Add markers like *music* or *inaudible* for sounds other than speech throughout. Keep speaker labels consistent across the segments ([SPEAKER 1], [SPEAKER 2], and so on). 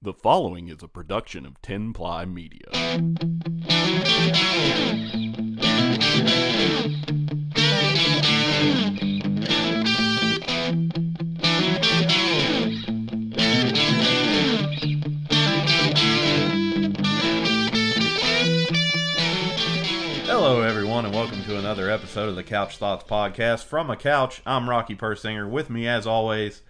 [SPEAKER 1] The following is a production of 10 Ply Media.
[SPEAKER 2] Hello, everyone, and welcome to another episode of the Couch Thoughts Podcast. From a couch, I'm Rocky Persinger. With me, as always,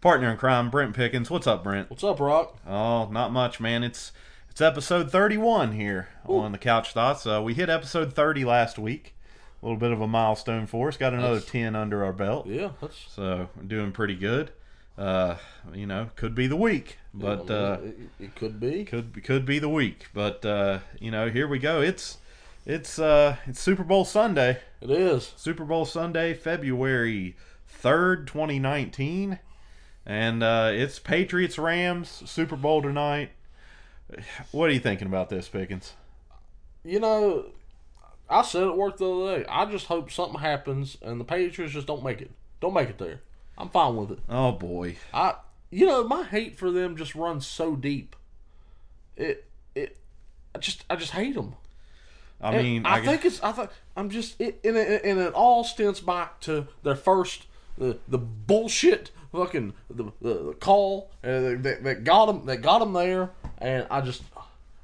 [SPEAKER 2] partner in crime, Brent Pickens. What's up, Brent?
[SPEAKER 3] What's up, Rock?
[SPEAKER 2] Oh, not much, man. It's it's episode 31 here on the Couch Thoughts. Uh, we hit episode 30 last week. A little bit of a milestone for us. Got another 10 under our belt.
[SPEAKER 3] Yeah, that's
[SPEAKER 2] So, doing pretty good. Uh, you know, could be the week, but
[SPEAKER 3] I mean,
[SPEAKER 2] uh,
[SPEAKER 3] it, it could be.
[SPEAKER 2] could could be the week. But uh, you know, here we go. It's it's uh, it's Super Bowl Sunday.
[SPEAKER 3] It is.
[SPEAKER 2] Super Bowl Sunday, February 3rd, 2019. And uh, it's Patriots Rams, Super Bowl tonight. What are you thinking about this, Pickens?
[SPEAKER 3] You know, I said it worked the other day. I just hope something happens and the Patriots just don't make it. Don't make it there. I'm fine with it.
[SPEAKER 2] Oh, boy.
[SPEAKER 3] I, you know, my hate for them just runs so deep. It, it, I just, I just hate them.
[SPEAKER 2] I
[SPEAKER 3] And
[SPEAKER 2] mean,
[SPEAKER 3] I,
[SPEAKER 2] guess-
[SPEAKER 3] think it's. I think I'm just. It, and, it, and it all stems back to their first the the bullshit fucking the the, the call uh, that, that got them that got 'em there, and I just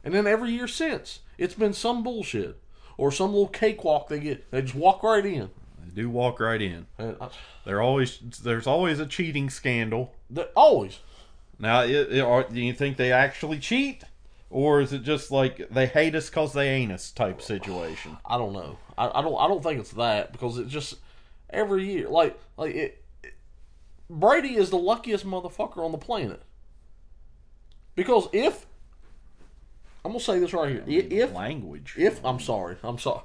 [SPEAKER 3] and then every year since it's been some bullshit or some little cakewalk they get they just walk right in.
[SPEAKER 2] they do walk right in.
[SPEAKER 3] And I,
[SPEAKER 2] They're always There's always a cheating scandal.
[SPEAKER 3] they're always
[SPEAKER 2] Now, it, it, are, do you think they actually cheat? Or is it just like they hate us because they ain't us type situation?
[SPEAKER 3] I don't know. I, I don't. I don't think it's that because it's just every year. Like like it, it- Brady is the luckiest motherfucker on the planet. Because if I'm gonna say this right here, I- if
[SPEAKER 2] Language.
[SPEAKER 3] if I'm sorry, I'm sorry.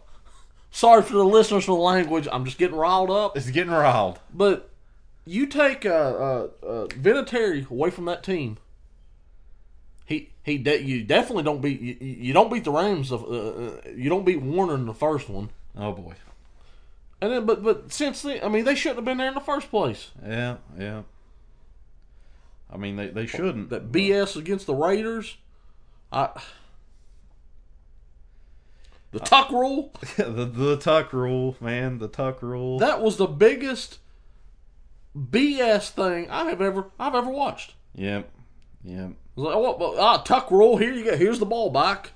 [SPEAKER 3] Sorry for the listeners for the language. I'm just getting riled up.
[SPEAKER 2] It's getting riled.
[SPEAKER 3] But you take uh, uh, uh, Vinatieri away from that team. He he. De- you definitely don't beat. You, you you don't beat the Rams. Of, uh, uh, you don't beat Warner in the first one.
[SPEAKER 2] Oh, boy.
[SPEAKER 3] And then, but but since then, I mean, they shouldn't have been there in the first place.
[SPEAKER 2] Yeah, yeah. I mean, they, they shouldn't. *laughs*
[SPEAKER 3] That BS against the Raiders, I. The Tuck rule.
[SPEAKER 2] the, the tuck rule, man. The tuck rule.
[SPEAKER 3] That was the biggest BS thing I have ever I've ever watched.
[SPEAKER 2] yep, yep.
[SPEAKER 3] It was like, oh, well, ah, Tuck rule. Here you go. Here's the ball back.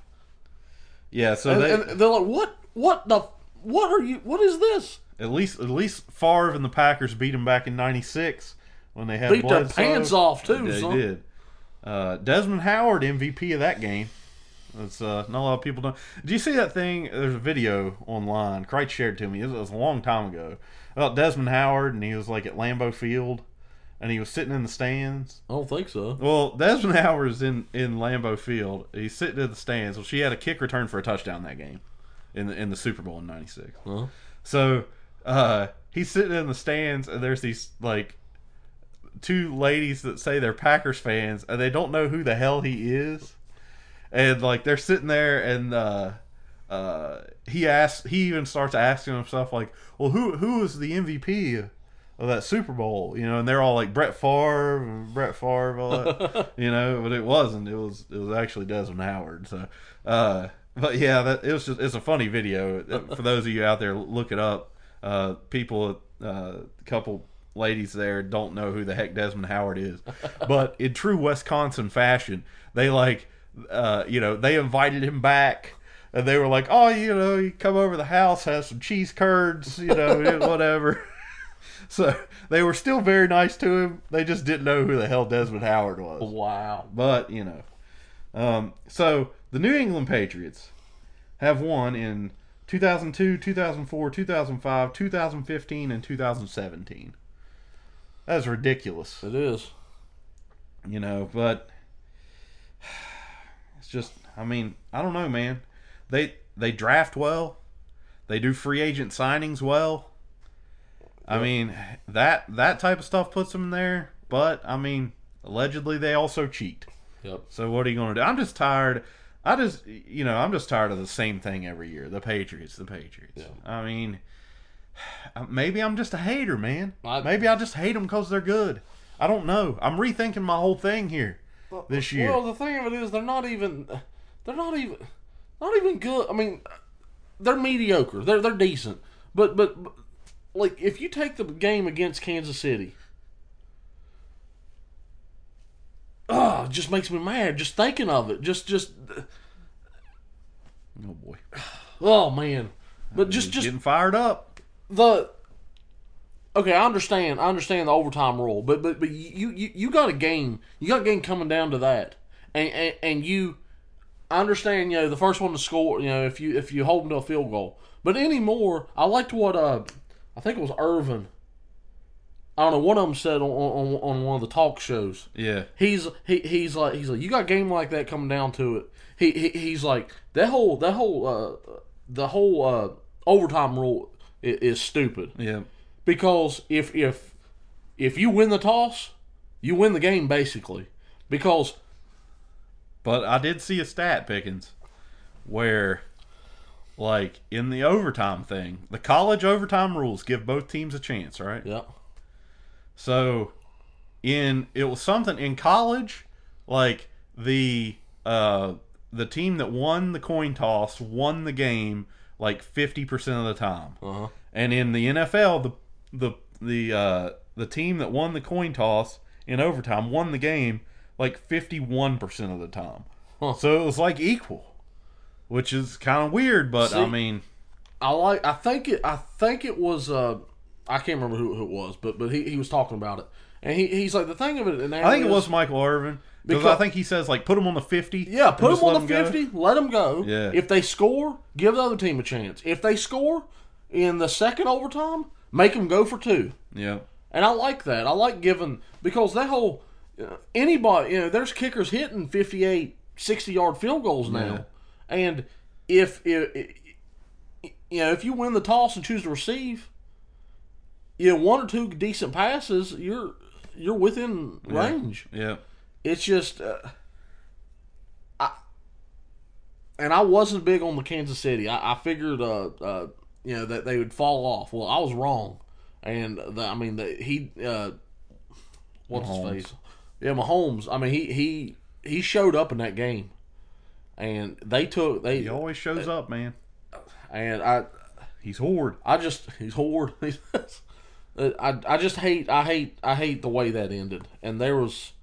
[SPEAKER 2] Yeah. So
[SPEAKER 3] And,
[SPEAKER 2] they,
[SPEAKER 3] and they're like, what? What the? What are you? What is this?
[SPEAKER 2] at least at least Favre and the Packers beat them back in '96 when they had
[SPEAKER 3] Beat their
[SPEAKER 2] Bledsoe.
[SPEAKER 3] pants off too.
[SPEAKER 2] They
[SPEAKER 3] son.
[SPEAKER 2] did. Uh, Desmond Howard MVP of that game. That's uh, not a lot of people don't. Do you see that thing? There's a video online. Kreitz shared to me. It was, it was a long time ago about Desmond Howard, and he was like at Lambeau Field, and he was sitting in the stands.
[SPEAKER 3] I don't think so.
[SPEAKER 2] Well, Desmond Howard's in in Lambeau Field. He's sitting in the stands. Well, she had a kick return for a touchdown that game, in the in the Super Bowl in '96.
[SPEAKER 3] Huh?
[SPEAKER 2] So uh, he's sitting in the stands, and there's these like two ladies that say they're Packers fans, and they don't know who the hell he is, and like they're sitting there, and uh, uh, he asks, he even starts asking himself like, well, who who is the MVP? Of that Super Bowl, you know, and they're all like Brett Favre, and Brett Favre, all that, you know, but it wasn't. It was it was actually Desmond Howard. So, uh, but yeah, that it was just it's a funny video Uh, for those of you out there. Look it up. Uh, people, uh, couple ladies there don't know who the heck Desmond Howard is, but in true Wisconsin fashion, they like, uh, you know, they invited him back. And they were like, "Oh, you know, you come over to the house, have some cheese curds, you know, whatever." *laughs* so they were still very nice to him. They just didn't know who the hell Desmond Howard was
[SPEAKER 3] Oh, Wow.
[SPEAKER 2] but you know. Um, so the New England Patriots have won in 2002, 2004, 2005, 2015, and 2017. That's ridiculous,
[SPEAKER 3] It is.
[SPEAKER 2] you know. But *sighs* it's just, I mean, I don't know, man. They they draft well. They do free agent signings well. I mean, that that type of stuff puts them in there. But I mean, allegedly they also cheat.
[SPEAKER 3] Yep.
[SPEAKER 2] So what are you going to do? I'm just tired. I just, you know, I'm just tired of the same thing every year. The Patriots, the Patriots.
[SPEAKER 3] Yeah.
[SPEAKER 2] I mean, *sighs* maybe I'm just a hater, man.
[SPEAKER 3] I-
[SPEAKER 2] maybe I just hate them because they're good. I don't know. I'm rethinking my whole thing here. this year.
[SPEAKER 3] Well, the thing of it is, they're not even. They're not even. Not even good. I mean, they're mediocre. They're they're decent, but but, but like if you take the game against Kansas City. Ugh, ah, it just makes me mad just thinking of it. Just, just,
[SPEAKER 2] oh boy,
[SPEAKER 3] oh man! But just,
[SPEAKER 2] He's
[SPEAKER 3] just
[SPEAKER 2] getting fired up.
[SPEAKER 3] the okay, I understand. I understand the overtime rule, but but but you you, you got a game. You got a game coming down to that, and, and and you. I understand. You know the first one to score. You know if you if you hold them to a field goal, but anymore, I liked what uh I think it was Irvin. I don't know. One of them said on on, on one of the talk shows
[SPEAKER 2] Yeah,
[SPEAKER 3] he's he, he's like he's like you got a game like that coming down to it. He, he he's like that whole that whole uh, the whole uh, overtime rule is, is stupid
[SPEAKER 2] yeah,
[SPEAKER 3] because if if if you win the toss, you win the game basically because
[SPEAKER 2] but I did see a stat Pickens where, like in the overtime thing, the college overtime rules give both teams a chance, right?
[SPEAKER 3] yeah
[SPEAKER 2] So in it was something in college, like the uh the team that won the coin toss won the game like fifty percent of the time.
[SPEAKER 3] uh-huh.
[SPEAKER 2] And in the NFL, the the the uh the team that won the coin toss in overtime won the game like fifty one percent of the time.
[SPEAKER 3] Huh.
[SPEAKER 2] So it was like equal. Which is kind of weird, but I
[SPEAKER 3] See?
[SPEAKER 2] mean,
[SPEAKER 3] I like. I think it. I think it was. Uh, I can't remember who, who it was, but but he, he was talking about it, and he, he's like the thing of it. And
[SPEAKER 2] I think it was Michael Irvin because I
[SPEAKER 3] Because-
[SPEAKER 2] think he says like put him on the fifty.
[SPEAKER 3] Yeah,
[SPEAKER 2] and
[SPEAKER 3] put
[SPEAKER 2] just
[SPEAKER 3] them
[SPEAKER 2] let
[SPEAKER 3] on the
[SPEAKER 2] 'em go.
[SPEAKER 3] 50, let them go.
[SPEAKER 2] Yeah.
[SPEAKER 3] If they score, give the other team a chance. If they score in the second overtime, make them go for two.
[SPEAKER 2] Yeah,
[SPEAKER 3] And I like that. I like giving because that whole uh, anybody, you know, there's kickers hitting 58, 60 yard field goals now. And if, if you know, if you win the toss and choose to receive, you know, one or two decent passes, you're you're within range
[SPEAKER 2] yeah.
[SPEAKER 3] it's just uh, I and I wasn't big on the Kansas City. I, I figured uh, uh, you know that they would fall off. Well, I was wrong, and the, I mean the, he uh, what's
[SPEAKER 2] Mahomes.
[SPEAKER 3] his face? Yeah, Mahomes. I mean he he he showed up in that game, and they took they
[SPEAKER 2] He always shows up, man.
[SPEAKER 3] and I
[SPEAKER 2] He's hoard.
[SPEAKER 3] I just *laughs* he's hoard. I I just hate I hate I hate the way that ended. And there was,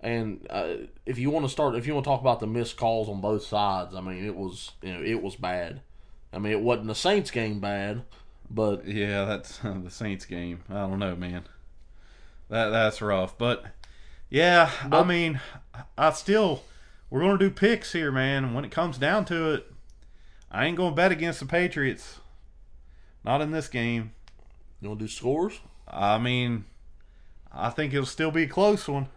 [SPEAKER 3] and uh, if you want to start, if you want to talk about the missed calls on both sides, I mean it was you know it was bad. I mean it wasn't a Saints game bad, but
[SPEAKER 2] Yeah, that's uh, the Saints game. I don't know, man. That that's rough, but yeah, I
[SPEAKER 3] But-
[SPEAKER 2] mean, I still we're gonna do picks here, man. And When it comes down to it, I ain't gonna bet against the Patriots. Not in this game.
[SPEAKER 3] you want to do scores?
[SPEAKER 2] I mean, I think it'll still be a close one.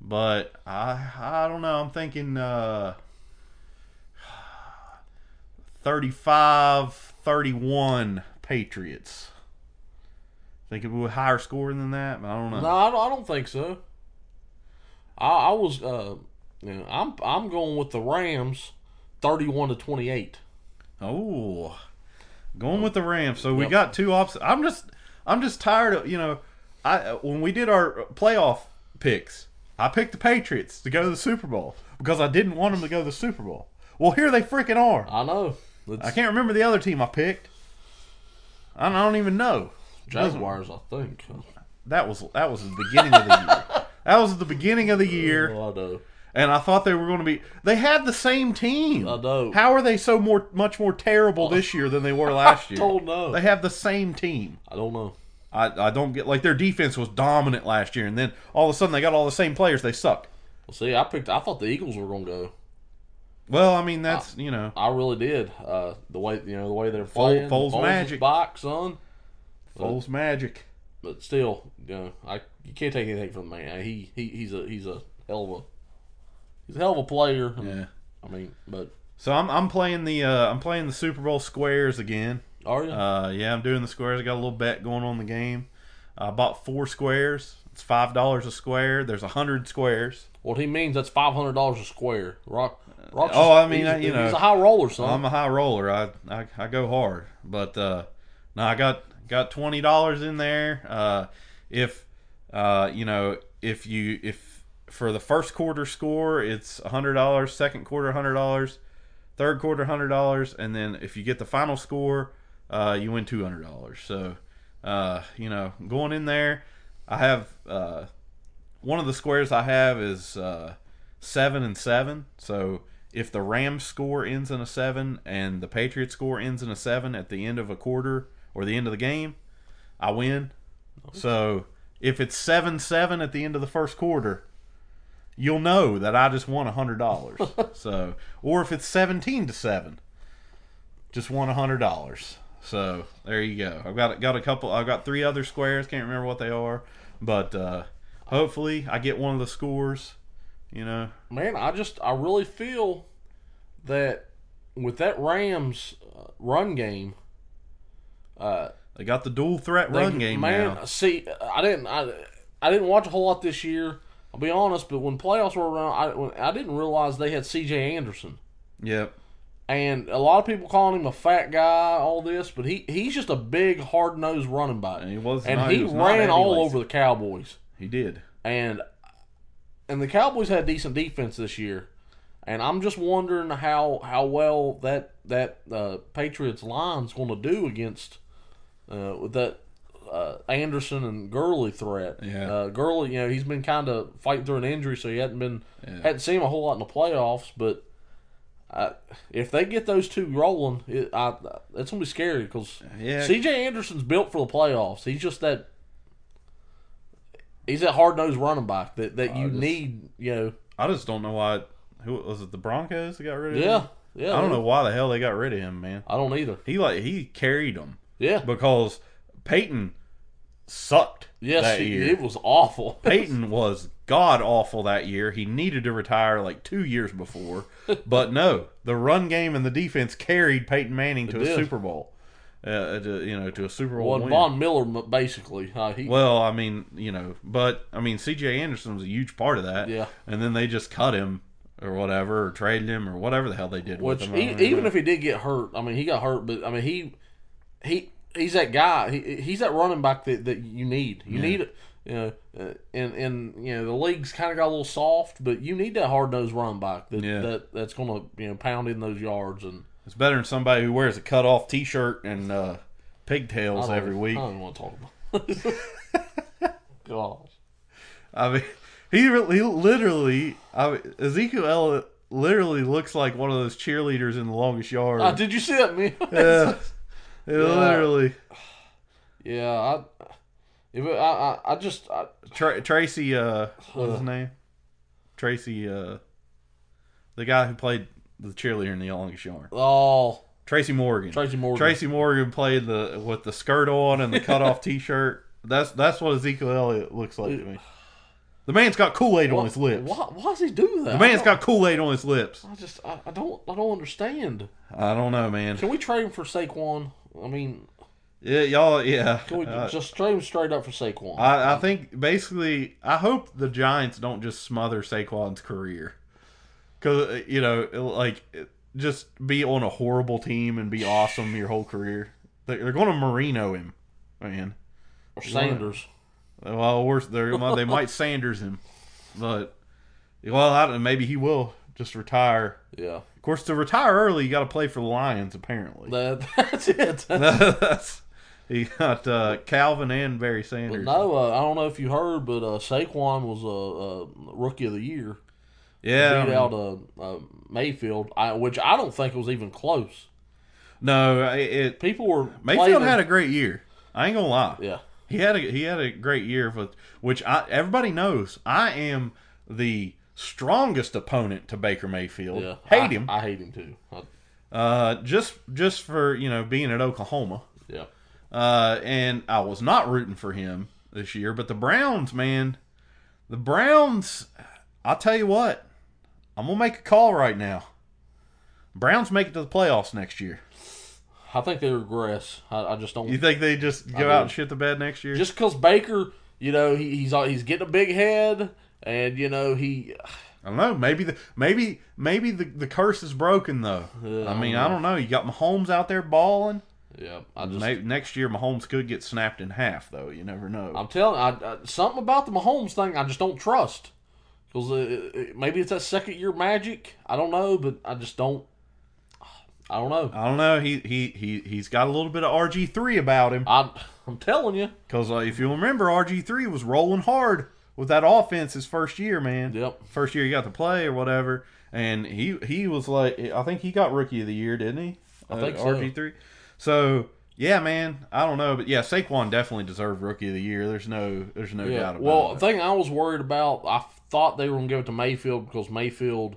[SPEAKER 2] But I I don't know. I'm thinking uh 35-31 Patriots. Think it will be higher scoring than that, but I don't know.
[SPEAKER 3] No, I don't, I don't think so. I I was uh you know, I'm I'm going with the Rams, thirty one to twenty eight.
[SPEAKER 2] Oh, going with the Rams. So we
[SPEAKER 3] Yep.
[SPEAKER 2] got two options. I'm just, I'm just tired of you know, I when we did our playoff picks, I picked the Patriots to go to the Super Bowl because I didn't want them to go to the Super Bowl. Well, here they freaking are.
[SPEAKER 3] I know.
[SPEAKER 2] I
[SPEAKER 3] It's
[SPEAKER 2] can't remember the other team I picked. I don't, I don't even know.
[SPEAKER 3] Jaguars, I think.
[SPEAKER 2] That was that was the beginning of the
[SPEAKER 3] *laughs*
[SPEAKER 2] year. That was the beginning of the year.
[SPEAKER 3] Well, I know.
[SPEAKER 2] And I thought they were going to be. They had the same team.
[SPEAKER 3] I know. Oh.
[SPEAKER 2] How are they so more much more terrible this year than they were
[SPEAKER 3] *laughs*
[SPEAKER 2] last year?
[SPEAKER 3] don't know.
[SPEAKER 2] They have the same team.
[SPEAKER 3] I don't know.
[SPEAKER 2] I, I don't get like their defense was dominant last year, and then all of a sudden they got all the same players. They suck.
[SPEAKER 3] Well, see, I picked. I thought the Eagles were going to go.
[SPEAKER 2] Well, I mean that's you know
[SPEAKER 3] I really did. Uh, the way you know the way they're
[SPEAKER 2] Fol-
[SPEAKER 3] playing,
[SPEAKER 2] Foles'
[SPEAKER 3] is
[SPEAKER 2] magic.
[SPEAKER 3] back, son.
[SPEAKER 2] Foles magic.
[SPEAKER 3] But still, you know, I you can't take anything from the man. He, he he's a he's a hell of a he's a hell of a player.
[SPEAKER 2] Yeah.
[SPEAKER 3] I mean, but
[SPEAKER 2] So I'm I'm playing the uh, I'm playing the Super Bowl squares again.
[SPEAKER 3] are you?
[SPEAKER 2] Uh, yeah, I'm doing the squares. I got a little bet going on the game. I bought four squares. It's five dollars a square. There's a hundred squares.
[SPEAKER 3] what he means that's five hundred dollars a square. Rock. Rock's
[SPEAKER 2] oh, I mean,
[SPEAKER 3] he's,
[SPEAKER 2] I- you know,
[SPEAKER 3] he's a high roller, son.
[SPEAKER 2] I'm a high roller. I I, I go hard, but uh, no, I got got twenty dollars in there. Uh, if uh, you know, if you if for the first quarter score, it's hundred dollars. Second quarter, hundred dollars. Third quarter, hundred dollars. And then if you get the final score, uh, you win two hundred dollars. So, uh, you know, going in there, I have uh, one of the squares I have is uh, seven and seven. So if the Rams score ends in a seven and the Patriots score ends in a seven at the end of a quarter or the end of the game, I win. So if it's seven seven at the end of the first quarter, you'll know that I just won a hundred dollars. so or if it's seventeen to seven, just won a hundred dollars. So there you go. I've got got a couple. I've got three other squares. Can't remember what they are, but uh, hopefully I get one of the scores. You know,
[SPEAKER 3] man, I just I really feel that with that Rams uh, run game, uh,
[SPEAKER 2] they got the dual threat
[SPEAKER 3] they-
[SPEAKER 2] run game
[SPEAKER 3] man.
[SPEAKER 2] now.
[SPEAKER 3] See, I didn't I, I didn't watch a whole lot this year. I'll be honest, but when playoffs were around, I when, I didn't realize they had C.J. Anderson.
[SPEAKER 2] Yep.
[SPEAKER 3] And a lot of people calling him a fat guy, all this, but he, he's just a big, hard nosed running back.
[SPEAKER 2] And he was
[SPEAKER 3] and
[SPEAKER 2] not-
[SPEAKER 3] he
[SPEAKER 2] was not
[SPEAKER 3] ran
[SPEAKER 2] Andy
[SPEAKER 3] all
[SPEAKER 2] Lacy.
[SPEAKER 3] over the Cowboys.
[SPEAKER 2] He did.
[SPEAKER 3] And and the Cowboys had decent defense this year. And I'm just wondering how how well that that uh, Patriots line's going to do against uh, with that uh, Anderson and Gurley threat.
[SPEAKER 2] Yeah.
[SPEAKER 3] Uh, Gurley, you know, he's been kind of fighting through an injury, so he hadn't been
[SPEAKER 2] Yeah.
[SPEAKER 3] hadn't seen him a whole lot in the playoffs. But I, if they get those two rolling, it, I, it's going to be scary because
[SPEAKER 2] Yeah.
[SPEAKER 3] C.J. Anderson's built for the playoffs. He's just that. He's that hard nosed running back that, that you
[SPEAKER 2] just-
[SPEAKER 3] need, you know.
[SPEAKER 2] I just don't know why. Who was it? The Broncos that got rid of him.
[SPEAKER 3] Yeah, yeah.
[SPEAKER 2] I don't know why the hell they got rid of him, man.
[SPEAKER 3] I don't either.
[SPEAKER 2] He like he carried them
[SPEAKER 3] Yeah.
[SPEAKER 2] because Peyton sucked
[SPEAKER 3] Yes,
[SPEAKER 2] that
[SPEAKER 3] he,
[SPEAKER 2] year.
[SPEAKER 3] it was
[SPEAKER 2] *laughs*
[SPEAKER 3] awful.
[SPEAKER 2] Peyton was god awful that year. He needed to retire like two years before, but no, the run game and the defense carried Peyton Manning to a
[SPEAKER 3] did.
[SPEAKER 2] Super Bowl. Uh, to, you know, to a Super Bowl
[SPEAKER 3] Well,
[SPEAKER 2] win.
[SPEAKER 3] Von Miller, m- basically. Uh, he,
[SPEAKER 2] Well, I mean, you know, but I mean, C.J. Anderson was a huge part of that.
[SPEAKER 3] Yeah.
[SPEAKER 2] and then they just cut him or whatever, or traded him or whatever the hell they did
[SPEAKER 3] Which
[SPEAKER 2] with him. I
[SPEAKER 3] e
[SPEAKER 2] don't
[SPEAKER 3] even
[SPEAKER 2] remember.
[SPEAKER 3] if he did get hurt, I mean, he got hurt, but I mean, he he he's that guy. He he's that running back that, that you need. You need you know, uh, and and you know the league's kind of got a little soft, but you need that hard nosed running back that,
[SPEAKER 2] Yeah.
[SPEAKER 3] that that's gonna you know pound in those yards and
[SPEAKER 2] it's better than somebody who wears a cut off T-shirt and uh, pigtails every
[SPEAKER 3] Oh, I
[SPEAKER 2] week.
[SPEAKER 3] don't want to talk
[SPEAKER 2] *laughs*
[SPEAKER 3] about. *laughs* Gosh.
[SPEAKER 2] I mean, *laughs* he, re- he literally, I mean, Ezekiel Elliott literally looks like one of those cheerleaders in the longest yard.
[SPEAKER 3] Uh, did you see that man? *laughs*
[SPEAKER 2] Yeah. It Literally,
[SPEAKER 3] yeah, I, if it, I, I I just I,
[SPEAKER 2] Tra- Tracy, uh, what's his name? Tracy, uh, the guy who played the cheerleader in the longest yard.
[SPEAKER 3] oh
[SPEAKER 2] Tracy Morgan.
[SPEAKER 3] Tracy Morgan.
[SPEAKER 2] Tracy Morgan played the with the skirt on and the cut
[SPEAKER 3] *laughs*
[SPEAKER 2] off T-shirt. That's that's what Ezekiel Elliott looks like to me. The man's got Kool Aid on his lips.
[SPEAKER 3] Why, why does he do that?
[SPEAKER 2] The man's got Kool Aid on his lips.
[SPEAKER 3] I just I, I don't I don't understand.
[SPEAKER 2] I don't know, man.
[SPEAKER 3] Can we trade him for Saquon? I mean,
[SPEAKER 2] Yeah, y'all. Yeah.
[SPEAKER 3] can we
[SPEAKER 2] Uh,
[SPEAKER 3] just trade him straight up for Saquon?
[SPEAKER 2] I, I think basically, I hope the Giants don't just smother Saquon's career, because you know, like, just be on a horrible team and be awesome your whole career. They're, they're going to Marino him, man.
[SPEAKER 3] or Sanders?
[SPEAKER 2] Well, worse, they're, well, they might Sanders him, but well, I don't, maybe he will just retire.
[SPEAKER 3] Yeah,
[SPEAKER 2] Of course, to retire early, you got to play for the Lions. Apparently,
[SPEAKER 3] that, *laughs* that's it.
[SPEAKER 2] *laughs* that's he got uh, Calvin and Barry Sanders.
[SPEAKER 3] no, uh, I don't know if you heard, but uh, Saquon was a uh, rookie of the year.
[SPEAKER 2] yeah, I
[SPEAKER 3] beat
[SPEAKER 2] mean-
[SPEAKER 3] out uh, uh, Mayfield, I, which I don't think was even close.
[SPEAKER 2] No, I- it
[SPEAKER 3] People were
[SPEAKER 2] Mayfield
[SPEAKER 3] playing
[SPEAKER 2] had a
[SPEAKER 3] him-
[SPEAKER 2] great year. I ain't gonna lie.
[SPEAKER 3] yeah.
[SPEAKER 2] He had a he had a great year with which I everybody knows I am the strongest opponent to Baker Mayfield.
[SPEAKER 3] Yeah,
[SPEAKER 2] *laughs* Hate
[SPEAKER 3] I-
[SPEAKER 2] him.
[SPEAKER 3] I hate him too. I,
[SPEAKER 2] uh just just for, you know, being at Oklahoma.
[SPEAKER 3] yeah,
[SPEAKER 2] Uh and I was not rooting for him this year, but the Browns, man, the Browns I'll tell you what. I'm gonna make a call right now. Browns make it to the playoffs next year.
[SPEAKER 3] I think they regress. I, I just don't.
[SPEAKER 2] You think they just go out and shit the bed next year?
[SPEAKER 3] *laughs* just because Baker, you know, he, he's all- he's getting a big head, and you know he, *sighs*
[SPEAKER 2] I don't know. Maybe the maybe maybe the, the curse is broken though. I mean, I don't know. You got Mahomes out there balling.
[SPEAKER 3] yeah, I just.
[SPEAKER 2] May Next year, Mahomes could get snapped in half though. You never know.
[SPEAKER 3] I'm telling I, I something about the Mahomes thing. I just don't trust Because maybe it's that second year magic. I don't know, but I just don't. I don't know.
[SPEAKER 2] I don't know. He he he he's got a little bit of RG three about him
[SPEAKER 3] I, I'm telling you.
[SPEAKER 2] because uh, if you remember, RG three was rolling hard with that offense his first year, man.
[SPEAKER 3] Yep.
[SPEAKER 2] First year he got to play or whatever, and he he was like, I think he got rookie of the year, didn't he? I
[SPEAKER 3] think so.
[SPEAKER 2] RG three. So yeah, man. I don't know, but yeah, Saquon definitely deserved rookie of the year. There's no there's no
[SPEAKER 3] Yeah.
[SPEAKER 2] doubt about
[SPEAKER 3] Well,
[SPEAKER 2] it.
[SPEAKER 3] the thing I was worried about, I thought they were going to give it to Mayfield because Mayfield,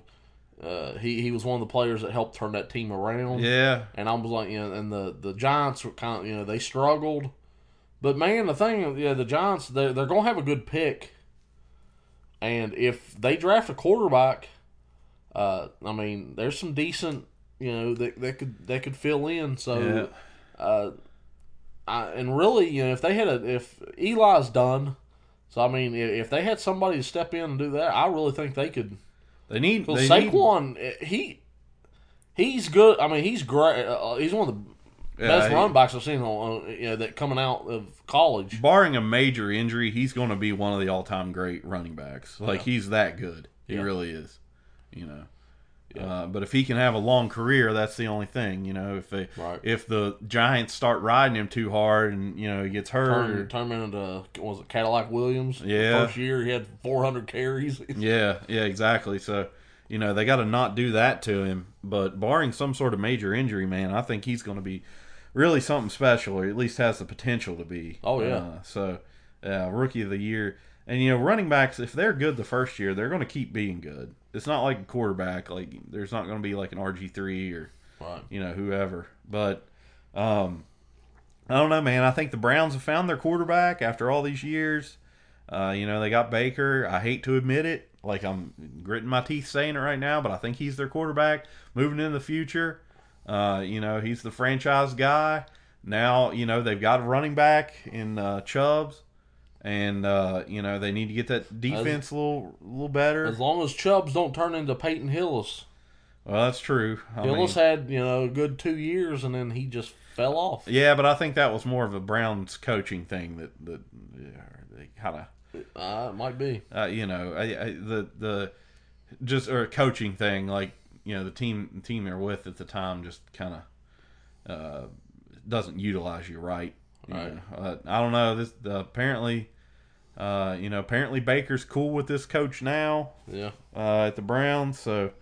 [SPEAKER 3] uh, he he was one of the players that helped turn that team around.
[SPEAKER 2] yeah.
[SPEAKER 3] And I was like, you know, and the the Giants were kind of, you know, they struggled. But man, the thing, yeah, the Giants, they're, they're going to have a good pick. And if they draft a quarterback, uh, I mean, there's some decent, you know, that that could that could fill in. So,
[SPEAKER 2] Yeah.
[SPEAKER 3] uh, I, and really, you know, if they had a if Eli's done, so I mean, i- if they had somebody to step in and do that, I really think they could.
[SPEAKER 2] They need
[SPEAKER 3] Well,
[SPEAKER 2] they need-
[SPEAKER 3] Saquon, eh, he he's good. I mean, he's great. Uh, he's one of the
[SPEAKER 2] yeah,
[SPEAKER 3] best
[SPEAKER 2] he-
[SPEAKER 3] running backs I've seen on, on you know, that coming out of college.
[SPEAKER 2] barring a major injury, he's going to be one of the all-time great running backs. Like he's that good. He
[SPEAKER 3] Yeah.
[SPEAKER 2] really is. You know. Uh, but if he can have a long career, that's the only thing. You know, if they
[SPEAKER 3] Right.
[SPEAKER 2] if the Giants start riding him too hard and you know he gets hurt, or-
[SPEAKER 3] Turned, turned into what was it Cadillac Williams?
[SPEAKER 2] Yeah.
[SPEAKER 3] first year he had 400 carries. *laughs*
[SPEAKER 2] yeah, yeah, exactly. So you know they got to not do that to him. But barring some sort of major injury, man, I think he's going to be really something special, or at least has the potential to be.
[SPEAKER 3] Oh, yeah.
[SPEAKER 2] Uh, so uh, rookie of the year, and you know running backs, if they're good the first year, they're going to keep being good. It's not like a quarterback. Like there's not going to be like an RG three or
[SPEAKER 3] right.
[SPEAKER 2] you know whoever. But um, I don't know, man. I think the Browns have found their quarterback after all these years. Uh, you know they got Baker. I hate to admit it, like I'm gritting my teeth saying it right now, but I think he's their quarterback moving into the future. Uh, you know he's the franchise guy. Now you know they've got a running back in uh, Chubbs, and uh, you know they need to get that defense a little a little better.
[SPEAKER 3] As long as Chubbs don't turn into Peyton Hillis.
[SPEAKER 2] well, that's true. I mean-
[SPEAKER 3] Hillis had you know a good two years and then he just fell off.
[SPEAKER 2] Yeah, but I think that was more of a Browns coaching thing that that yeah, they kind
[SPEAKER 3] Uh, it might be.
[SPEAKER 2] of uh, you know I, I, the the just or a coaching thing like you know the team the team they're with at the time just kind of uh, doesn't utilize you right. you
[SPEAKER 3] Right.
[SPEAKER 2] know. Uh, I don't know. This the, apparently uh, you know apparently Baker's cool with this coach now
[SPEAKER 3] Yeah.
[SPEAKER 2] uh, at the Browns. So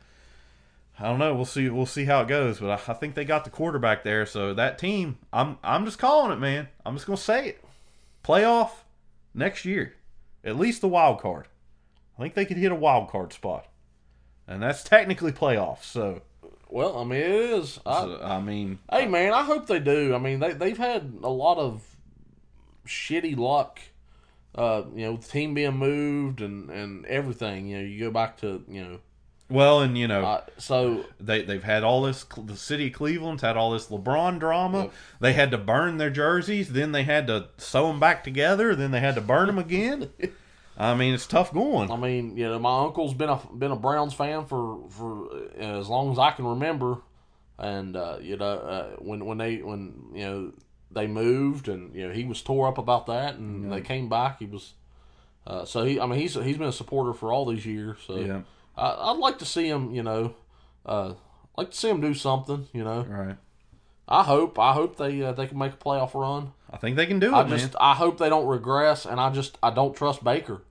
[SPEAKER 2] I don't know. We'll see. We'll see how it goes. But I, I think they got the quarterback there. So that team, I'm I'm just calling it, man. I'm just gonna say it. Playoff next year, at least the wild card. I think they could hit a wild card spot, and that's technically playoff. So,
[SPEAKER 3] Well, I mean it is. I,
[SPEAKER 2] so, I mean,
[SPEAKER 3] Hey man, I hope they do. I mean, they they've had a lot of shitty luck. Uh, you know, with the team being moved and and everything. You know, you go back to you know.
[SPEAKER 2] well, and you know,
[SPEAKER 3] Uh, so
[SPEAKER 2] They they've had all this. The city of Cleveland's had all this LeBron drama.
[SPEAKER 3] Yep.
[SPEAKER 2] They had to burn their jerseys, then they had to sew them back together, then they had to burn them
[SPEAKER 3] *laughs*
[SPEAKER 2] again. I mean, it's tough
[SPEAKER 3] I
[SPEAKER 2] going.
[SPEAKER 3] mean, you know, my uncle's been a been a Browns fan for for uh, as long as I can remember, and uh, you know, uh, when when they when you know they moved and you know he was tore up about that, and they came back. He was. Uh, so he, I mean, he's he's been a supporter for all these years. So
[SPEAKER 2] Yeah.
[SPEAKER 3] I, I'd like to see him, you know, uh, like to see him do something. You know,
[SPEAKER 2] Right.
[SPEAKER 3] I hope, I hope they uh, they can make a playoff run.
[SPEAKER 2] I think they can do it,
[SPEAKER 3] I
[SPEAKER 2] man.
[SPEAKER 3] just, I hope they don't regress, and I just, I don't trust Baker.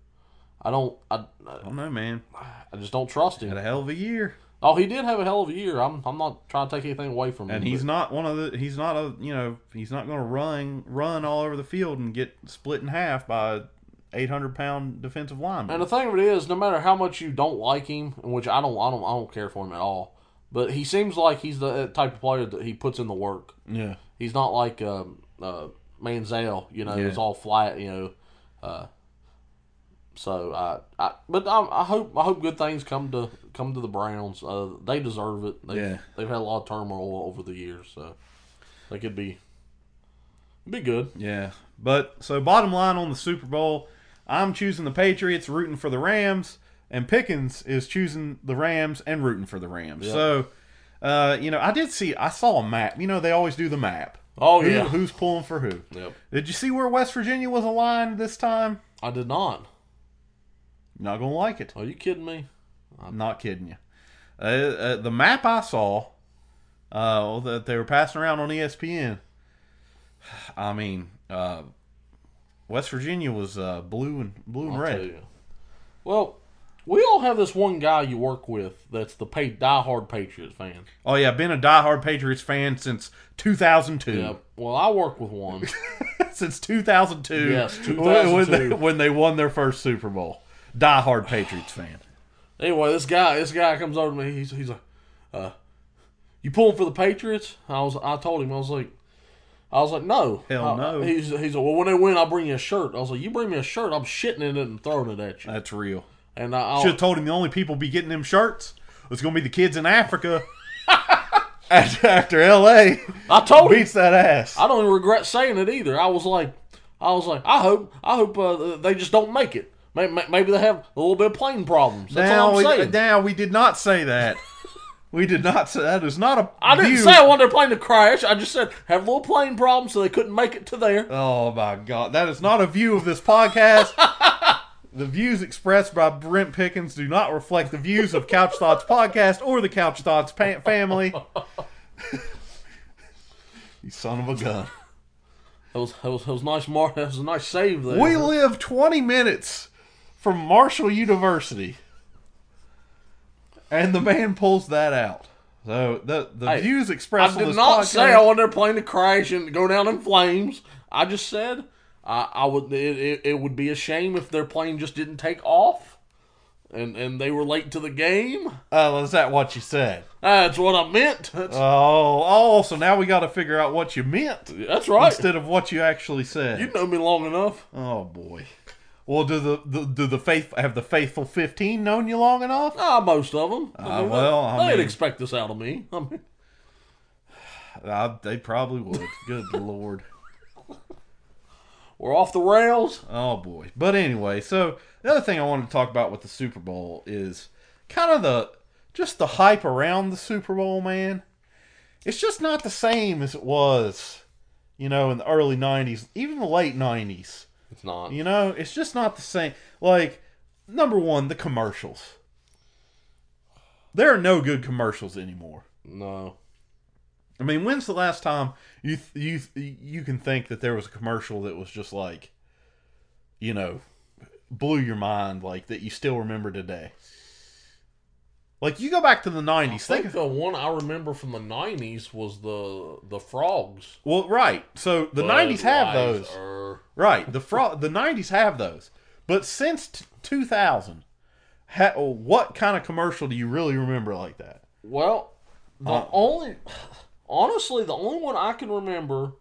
[SPEAKER 3] I don't, I,
[SPEAKER 2] I don't know, man.
[SPEAKER 3] I just don't trust
[SPEAKER 2] Had
[SPEAKER 3] him.
[SPEAKER 2] a hell of a year,
[SPEAKER 3] Oh, he did have a hell of a year. I'm, I'm not trying to take anything away from him.
[SPEAKER 2] and he's not one of the. He's not a. You know, he's not going to run run all over the field and get split in half by eight hundred pound defensive lineman.
[SPEAKER 3] And the thing of it is, no matter how much you don't like him, and which I don't, I don't, I don't care for him at all. But he seems like he's the uh, type of player that he puts in the work.
[SPEAKER 2] yeah.
[SPEAKER 3] He's not like um, uh, Manziel, you know,
[SPEAKER 2] Yeah.
[SPEAKER 3] it's all flat, you know. Uh, so I, I but I, I hope I hope good things come to come to the Browns. Uh, they deserve it. They've,
[SPEAKER 2] Yeah.
[SPEAKER 3] they've had a lot of turmoil over the years, so they could be be good.
[SPEAKER 2] Yeah. But so bottom line on the Super Bowl, I'm choosing the Patriots, rooting for the Rams, and Pickens is choosing the Rams and rooting for the Rams. So uh, you know, I did see I saw a map. You know, they always do the map.
[SPEAKER 3] Oh
[SPEAKER 2] Who-
[SPEAKER 3] yeah,
[SPEAKER 2] who's pulling for who?
[SPEAKER 3] yep.
[SPEAKER 2] Did you see where West Virginia was aligned this time?
[SPEAKER 3] I did not.
[SPEAKER 2] Not gonna like it.
[SPEAKER 3] Are you kidding me?
[SPEAKER 2] I'm not kidding you. Uh, uh, the map I saw uh, that they were passing around on E ESPN. *sighs* I mean, uh, West Virginia was uh, blue and blue and
[SPEAKER 3] I'll tell
[SPEAKER 2] red.
[SPEAKER 3] you. Well, we all have this one guy you work with that's the pa- diehard Patriots fan.
[SPEAKER 2] Oh yeah, been a diehard Patriots fan since 2002.
[SPEAKER 3] Yeah. Well, I work
[SPEAKER 2] *laughs*
[SPEAKER 3] with one.
[SPEAKER 2] since 2002. *laughs*
[SPEAKER 3] Yes,
[SPEAKER 2] when- When, they,
[SPEAKER 3] 2002.
[SPEAKER 2] when they won their first Super Bowl. Diehard Patriots fan.
[SPEAKER 3] Anyway, this guy, this guy comes over to me. He's, he's like, uh, "You pulling for the Patriots?" I was, I told him, I was like, I was like, "No,
[SPEAKER 2] Hell
[SPEAKER 3] I-
[SPEAKER 2] no.
[SPEAKER 3] He's, he's like, "Well, when they win, I'll bring you a shirt." I was like, "You bring me a shirt, I'm shitting in it and throwing it at you."
[SPEAKER 2] That's real.
[SPEAKER 3] And I,
[SPEAKER 2] Should
[SPEAKER 3] I'll,
[SPEAKER 2] have told him the only people be getting them shirts was going to be the kids in Africa *laughs* after, after L.A.
[SPEAKER 3] I told him,
[SPEAKER 2] beats that ass.
[SPEAKER 3] Oh, I don't even regret saying it either. I was like, I was like, I hope, I hope uh, they just don't make it. May- may- Maybe they have a little bit of plane problems. That's
[SPEAKER 2] now,
[SPEAKER 3] all I'm
[SPEAKER 2] we,
[SPEAKER 3] saying.
[SPEAKER 2] now we did not say
[SPEAKER 3] *laughs*
[SPEAKER 2] that. we did not say that is not a.
[SPEAKER 3] I didn't
[SPEAKER 2] view-
[SPEAKER 3] say I wanted their plane to crash. I just said have a little plane problem, so they couldn't make it to there.
[SPEAKER 2] Oh my god, that is not a view of this
[SPEAKER 3] *laughs*
[SPEAKER 2] podcast. the views expressed by Brent Pickens do not reflect the views of Couch Thoughts podcast or the Couch Thoughts pa-
[SPEAKER 3] *laughs*
[SPEAKER 2] family. *laughs* you son of a gun.
[SPEAKER 3] That was that was, that was nice. Mar- that was a nice save there.
[SPEAKER 2] We live 20 minutes from Marshall University. And the man pulls that out. So the the
[SPEAKER 3] Hey,
[SPEAKER 2] views
[SPEAKER 3] I
[SPEAKER 2] expressed on
[SPEAKER 3] did
[SPEAKER 2] this
[SPEAKER 3] not
[SPEAKER 2] podcast,
[SPEAKER 3] say I wanted their plane to crash and go down in flames. I just said I, I would. It, it, it would be a shame if their plane just didn't take off, and and they were late to the game.
[SPEAKER 2] Oh, is that what you said?
[SPEAKER 3] That's what I meant. That's,
[SPEAKER 2] Oh, oh, so now we got to figure out what you meant.
[SPEAKER 3] that's right.
[SPEAKER 2] instead of what you actually said.
[SPEAKER 3] You know me long enough.
[SPEAKER 2] oh boy. Well, do the, the do the faith have the faithful fifteen known you long enough?
[SPEAKER 3] Ah, most of them.
[SPEAKER 2] Ah, well, I
[SPEAKER 3] they'd
[SPEAKER 2] mean-
[SPEAKER 3] expect this out of me. I mean,
[SPEAKER 2] Uh, they probably would. Good *laughs* lord.
[SPEAKER 3] we're off the rails.
[SPEAKER 2] Oh boy. But anyway, so the other thing I wanted to talk about with the Super Bowl is kind of the just the hype around the Super Bowl, man. It's just not the same as it was, you know, in the early '90s, even the late '90s.
[SPEAKER 3] It's not.
[SPEAKER 2] You know, it's just not the same. Like, number one, the commercials. There are no good commercials anymore.
[SPEAKER 3] No.
[SPEAKER 2] I mean, when's the last time you you you can think that there was a commercial that was just like, you know, blew your mind, like that you still remember today? Like you go back to the
[SPEAKER 3] I
[SPEAKER 2] nineties. Think
[SPEAKER 3] think the one I remember from the '90s was the the frogs.
[SPEAKER 2] well, right. So the nineties have
[SPEAKER 3] Budweiser.
[SPEAKER 2] those. Right. The fro- the nineties have those, but since t- two thousand, ha- what kind of commercial do you really remember like that?
[SPEAKER 3] Well, the
[SPEAKER 2] Uh,
[SPEAKER 3] only, honestly, the only one I can remember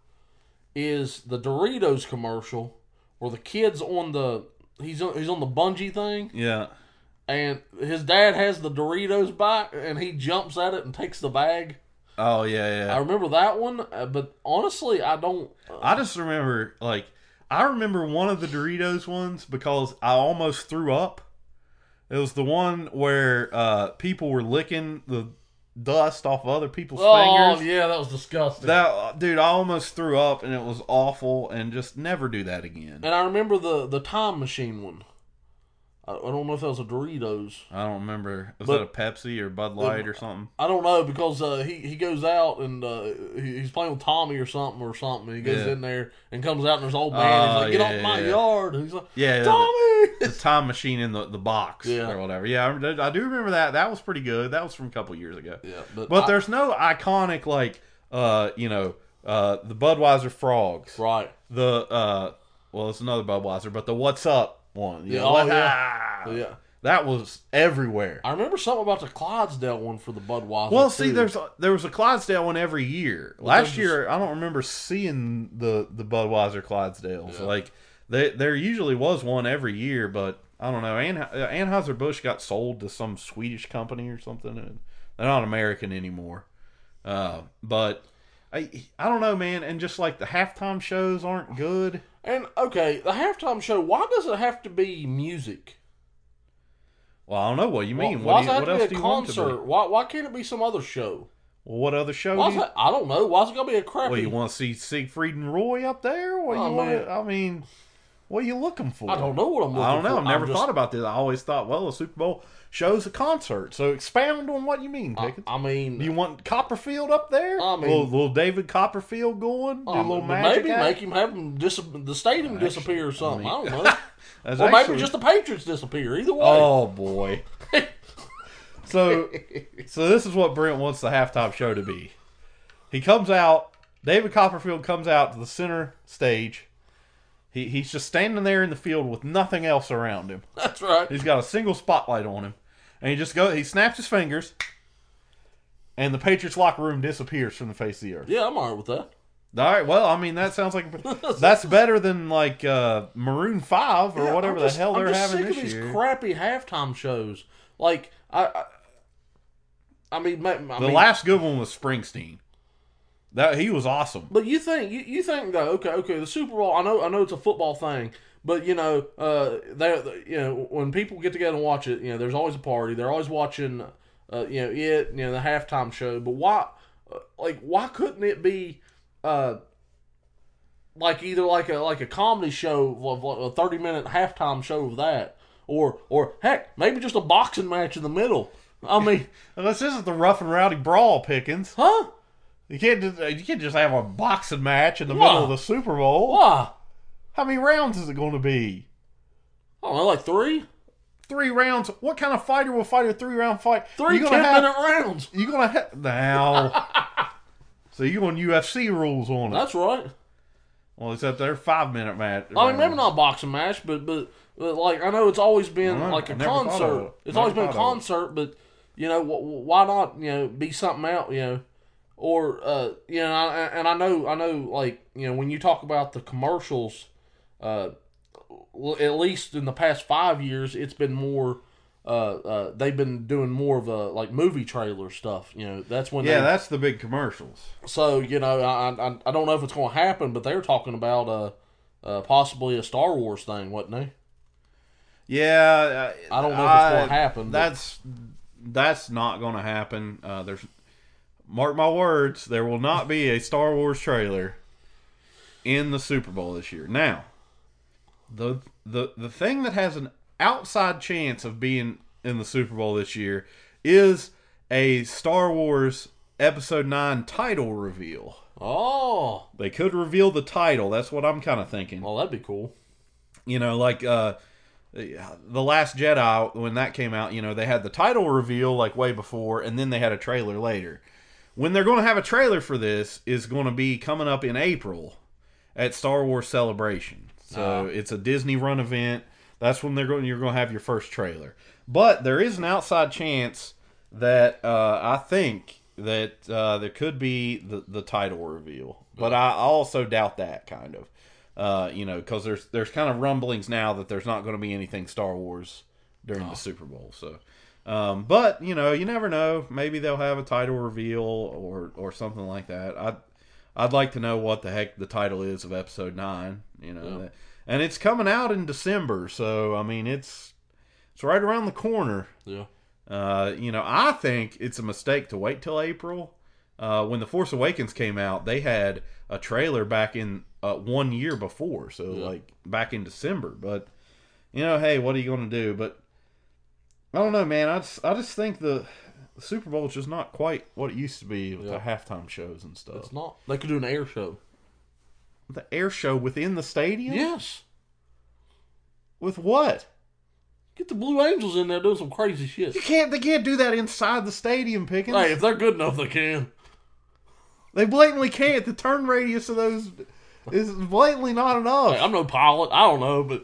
[SPEAKER 3] is the Doritos commercial where the kid's on the he's on, he's on the bungee thing
[SPEAKER 2] Yeah.
[SPEAKER 3] and his dad has the Doritos back and he jumps at it and takes the bag.
[SPEAKER 2] Oh yeah, yeah.
[SPEAKER 3] I remember that one, uh, but honestly, I don't. uh,
[SPEAKER 2] I just remember like I remember one of the Doritos ones because I almost threw up. It was the one where uh, people were licking the dust off of other people's
[SPEAKER 3] oh
[SPEAKER 2] fingers.
[SPEAKER 3] yeah, that was disgusting.
[SPEAKER 2] That dude, I almost threw up and it was awful and just never do that again.
[SPEAKER 3] and I remember the the time machine one. I, I don't know if that was a Doritos.
[SPEAKER 2] I don't remember. Was
[SPEAKER 3] But- Oh.
[SPEAKER 2] that a Pepsi or Bud Light or something?
[SPEAKER 3] I don't know because uh, he he goes out and uh, he, he's playing with Tommy or something or something. He goes
[SPEAKER 2] Yeah.
[SPEAKER 3] in there and comes out and there's an old man.
[SPEAKER 2] Oh,
[SPEAKER 3] he's like, "Get
[SPEAKER 2] yeah,
[SPEAKER 3] off my
[SPEAKER 2] yeah.
[SPEAKER 3] yard!" And he's like,
[SPEAKER 2] Yeah,
[SPEAKER 3] "Tommy."
[SPEAKER 2] the time machine in the, the box
[SPEAKER 3] Yeah.
[SPEAKER 2] or whatever. Yeah, I, remember- I do remember that. That was pretty good. That was from a couple years ago.
[SPEAKER 3] yeah, but,
[SPEAKER 2] But
[SPEAKER 3] I-
[SPEAKER 2] there's no iconic like uh you know uh the Budweiser frogs.
[SPEAKER 3] right.
[SPEAKER 2] The uh well it's another Budweiser, but the what's up one. You
[SPEAKER 3] Yeah,
[SPEAKER 2] know,
[SPEAKER 3] oh,
[SPEAKER 2] like,
[SPEAKER 3] yeah.
[SPEAKER 2] "Ah!"
[SPEAKER 3] yeah,
[SPEAKER 2] That was everywhere.
[SPEAKER 3] I remember something about the Clydesdale one for the Budweiser.
[SPEAKER 2] Well, see,
[SPEAKER 3] too.
[SPEAKER 2] there's there was a Clydesdale one every year.
[SPEAKER 3] there's
[SPEAKER 2] Last year, I don't remember seeing the the Budweiser Clydesdales.
[SPEAKER 3] Yeah.
[SPEAKER 2] Like they, there usually was one every year, but I don't know. Anhe- uh, Anheuser Busch got sold to some Swedish company or something, and they're not American anymore. Uh, but I I don't know, man. And just like the halftime shows aren't good.
[SPEAKER 3] and okay, the halftime show. Why does it have to be music?
[SPEAKER 2] Well, I don't know what you mean. what
[SPEAKER 3] why does
[SPEAKER 2] do you,
[SPEAKER 3] it
[SPEAKER 2] what
[SPEAKER 3] have
[SPEAKER 2] else
[SPEAKER 3] to
[SPEAKER 2] do
[SPEAKER 3] be a
[SPEAKER 2] you want it to be?
[SPEAKER 3] concert? Why why can't it be some other show?
[SPEAKER 2] Well, what other show?
[SPEAKER 3] Why
[SPEAKER 2] do
[SPEAKER 3] is
[SPEAKER 2] you,
[SPEAKER 3] it, I don't know. Why's it gonna be a crappy?
[SPEAKER 2] Well, you want to see Siegfried and Roy up there? What
[SPEAKER 3] Oh,
[SPEAKER 2] you want?
[SPEAKER 3] man.
[SPEAKER 2] I mean, What are you looking for?
[SPEAKER 3] I don't know what I'm looking for.
[SPEAKER 2] I don't know. I've never
[SPEAKER 3] I'm just-
[SPEAKER 2] thought about this. I always thought, well, a Super Bowl show's a concert. So expound on what you mean, Pickens.
[SPEAKER 3] I mean,
[SPEAKER 2] Do you want Copperfield up there?
[SPEAKER 3] I mean-
[SPEAKER 2] little, little David Copperfield going, do a
[SPEAKER 3] I
[SPEAKER 2] little
[SPEAKER 3] mean,
[SPEAKER 2] magic.
[SPEAKER 3] Um, maybe
[SPEAKER 2] act?
[SPEAKER 3] make him have him dis- the stadium disappear or
[SPEAKER 2] *laughs*
[SPEAKER 3] something. I, don't know.
[SPEAKER 2] That's
[SPEAKER 3] or
[SPEAKER 2] actually-
[SPEAKER 3] maybe just the Patriots disappear. Either way.
[SPEAKER 2] Oh boy. *laughs* so so this is what Brent wants the halftime show to be. He comes out, David Copperfield comes out to the center stage. He, he's just standing there in the field with nothing else around him.
[SPEAKER 3] *laughs* That's right.
[SPEAKER 2] He's got a single spotlight on him. And he just go he snaps his fingers and the Patriots locker room disappears from the face of the earth.
[SPEAKER 3] Yeah, I'm alright with that.
[SPEAKER 2] All right, well, I mean that sounds like
[SPEAKER 3] *laughs*
[SPEAKER 2] that's better than like uh, Maroon Five or
[SPEAKER 3] Yeah,
[SPEAKER 2] whatever
[SPEAKER 3] I'm just-
[SPEAKER 2] the hell they're
[SPEAKER 3] I'm just
[SPEAKER 2] having
[SPEAKER 3] sick
[SPEAKER 2] this
[SPEAKER 3] of these
[SPEAKER 2] year.
[SPEAKER 3] crappy halftime shows. Like I, I, I mean, ma- I
[SPEAKER 2] The
[SPEAKER 3] mean,
[SPEAKER 2] last good one was Springsteen. That he was awesome.
[SPEAKER 3] But you think you, you think though? Okay, okay. The Super Bowl. I know. I know it's a football thing. But you know, uh, they you know when people get together and watch it, you know, there's always a party. They're always watching, uh, you know, it. You know, the halftime show. But why, uh, like, why couldn't it be, uh, like either like a like a comedy show of like a thirty minute halftime show of that, or or heck, maybe just a boxing match in the middle. I mean, *laughs*
[SPEAKER 2] Unless this is the rough and rowdy brawl, Pickens.
[SPEAKER 3] huh?
[SPEAKER 2] You can't just, uh, you can't just have a boxing match in the
[SPEAKER 3] Why?
[SPEAKER 2] middle of the Super Bowl.
[SPEAKER 3] Why?
[SPEAKER 2] How many rounds is it going to be?
[SPEAKER 3] I don't know, like three,
[SPEAKER 2] Three rounds. What kind of fighter will fight a three round fight?
[SPEAKER 3] three
[SPEAKER 2] you're gonna
[SPEAKER 3] ten
[SPEAKER 2] have,
[SPEAKER 3] minute rounds.
[SPEAKER 2] You're gonna have now.
[SPEAKER 3] *laughs*
[SPEAKER 2] so you on UFC rules on it?
[SPEAKER 3] That's right.
[SPEAKER 2] well, except they're five minute match.
[SPEAKER 3] Oh, I mean, maybe not a boxing match, but but, but like I know it's always been
[SPEAKER 2] Well,
[SPEAKER 3] like
[SPEAKER 2] I
[SPEAKER 3] a
[SPEAKER 2] never thought of
[SPEAKER 3] concert.
[SPEAKER 2] it.
[SPEAKER 3] It's
[SPEAKER 2] Never
[SPEAKER 3] always been a
[SPEAKER 2] thought of it.
[SPEAKER 3] concert, but you know wh- wh- why not? You know, be something out. You know, or uh, you know, I, I- and I know I know like you know when you talk about the commercials, uh, l- at least in the past five years, it's been more. Uh, uh, they've been doing more of a like movie trailer stuff. You know, that's when
[SPEAKER 2] Yeah,
[SPEAKER 3] they,
[SPEAKER 2] that's the big commercials.
[SPEAKER 3] so you know, I I, I don't know if it's going to happen, but they were talking about uh, uh, possibly a Star Wars thing, wasn't they?
[SPEAKER 2] Yeah, uh,
[SPEAKER 3] I don't know if it's gonna happen, but-
[SPEAKER 2] That's that's not going to happen. Uh, there's mark my words, there will not be a Star Wars trailer in the Super Bowl this year. Now, the the the thing that has an outside chance of being in the Super Bowl this year is a Star Wars Episode Nine title reveal.
[SPEAKER 3] Oh,
[SPEAKER 2] They could reveal the title. That's what I'm kind of thinking
[SPEAKER 3] well, that'd be cool.
[SPEAKER 2] you know like uh the last jedi when that came out you know they had the title reveal like way before and then they had a trailer later when they're going to have a trailer for this is going to be coming up in april at star wars celebration so it's a disney run event that's when they're going you're going to have your first trailer but there is an outside chance that uh, i think that uh, there could be the, the title reveal but i also doubt that kind of uh, you know, because there's there's kind of rumblings now that there's not going to be anything Star Wars during the Super Bowl. So, um, but you know, you never know. Maybe they'll have a title reveal or or something like that. I I'd like to know what the heck the title is of Episode Nine. You know, that- and it's coming out in December, so I mean it's it's right around the corner.
[SPEAKER 3] Yeah,
[SPEAKER 2] Uh, you know, I think it's a mistake to wait till April. Uh, when the Force Awakens came out, they had a trailer back in uh, one year before, so
[SPEAKER 3] Yeah.
[SPEAKER 2] like back in December. But you know, hey, what are you going to do? But I don't know, man. I just, I just think the, the Super Bowl is just not quite what it used to be with the
[SPEAKER 3] Yeah.
[SPEAKER 2] halftime shows and stuff.
[SPEAKER 3] it's not. They could do an air show.
[SPEAKER 2] the air show within the stadium
[SPEAKER 3] Yes,
[SPEAKER 2] with what?
[SPEAKER 3] get the Blue Angels in there doing some crazy shit.
[SPEAKER 2] You can't. They can't do that inside the stadium, Pickens.
[SPEAKER 3] Hey, if they're good enough, they can.
[SPEAKER 2] They blatantly can't. The turn radius of those is blatantly not enough.
[SPEAKER 3] Hey, I'm no pilot. I don't know, but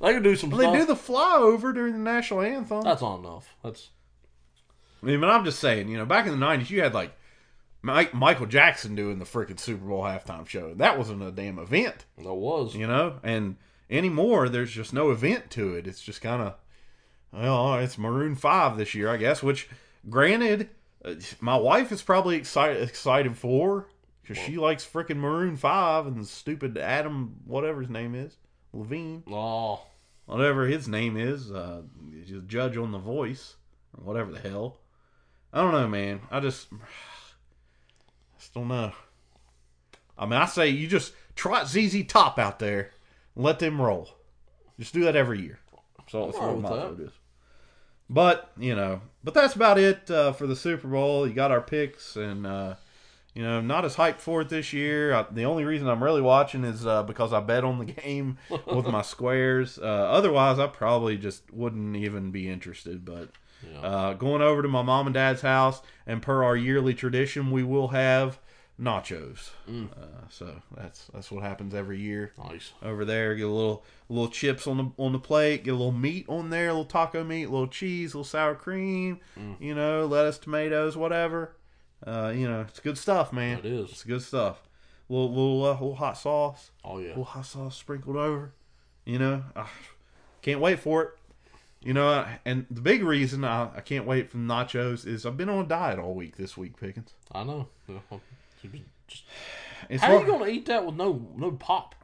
[SPEAKER 3] they could do some.
[SPEAKER 2] they
[SPEAKER 3] stuff.
[SPEAKER 2] do the flyover during the national anthem. I
[SPEAKER 3] That's not enough. That's
[SPEAKER 2] mean, but I'm just saying, you know, back in the '90s, you had like Mike, Michael Jackson doing the freaking Super Bowl halftime show. That wasn't a damn event,
[SPEAKER 3] that was.
[SPEAKER 2] you know. And anymore, there's just no event to it. It's just kind of, well, all right, it's Maroon Five this year, I guess. Which, granted, uh, my wife is probably excited excited for because she likes freaking Maroon Five and stupid Adam whatever his name is Levine.
[SPEAKER 3] Oh,
[SPEAKER 2] whatever his name is, uh, just judge on the voice or whatever the hell. I don't know, man. I just, *sighs* I just don't know. I mean, I say you just trot ZZ Top out there, and let them roll. Just do that every year. So that's
[SPEAKER 3] wrong
[SPEAKER 2] what my
[SPEAKER 3] with
[SPEAKER 2] motto
[SPEAKER 3] that.
[SPEAKER 2] is. But you know, but that's about it uh, for the Super Bowl. You got our picks, and uh, you know, not as hyped for it this year. I, the only reason I'm really watching is uh, because I bet on the *laughs* game with my squares. Uh, otherwise, I probably just wouldn't even be interested. But
[SPEAKER 3] Yeah.
[SPEAKER 2] uh, going over to my mom and dad's house, and per our yearly tradition, we will have nachos. Uh, so that's that's what happens every year
[SPEAKER 3] nice.
[SPEAKER 2] over there. Get a little little chips on the on the plate. Get a little meat on there, a little taco meat, a little cheese, a little sour cream.
[SPEAKER 3] Mm.
[SPEAKER 2] You know, lettuce, tomatoes, whatever. Uh, you know, it's good stuff, man.
[SPEAKER 3] It is.
[SPEAKER 2] It's good stuff. Little little uh, little hot sauce,
[SPEAKER 3] Oh yeah.
[SPEAKER 2] little hot sauce sprinkled over. You know, I can't wait for it. You know, I- and the big reason I, I can't wait for nachos is I've been on a diet all week this week, Pickens.
[SPEAKER 3] I know. Yeah. Just-
[SPEAKER 2] It's
[SPEAKER 3] How are
[SPEAKER 2] hard-
[SPEAKER 3] you gonna eat that with no no pop?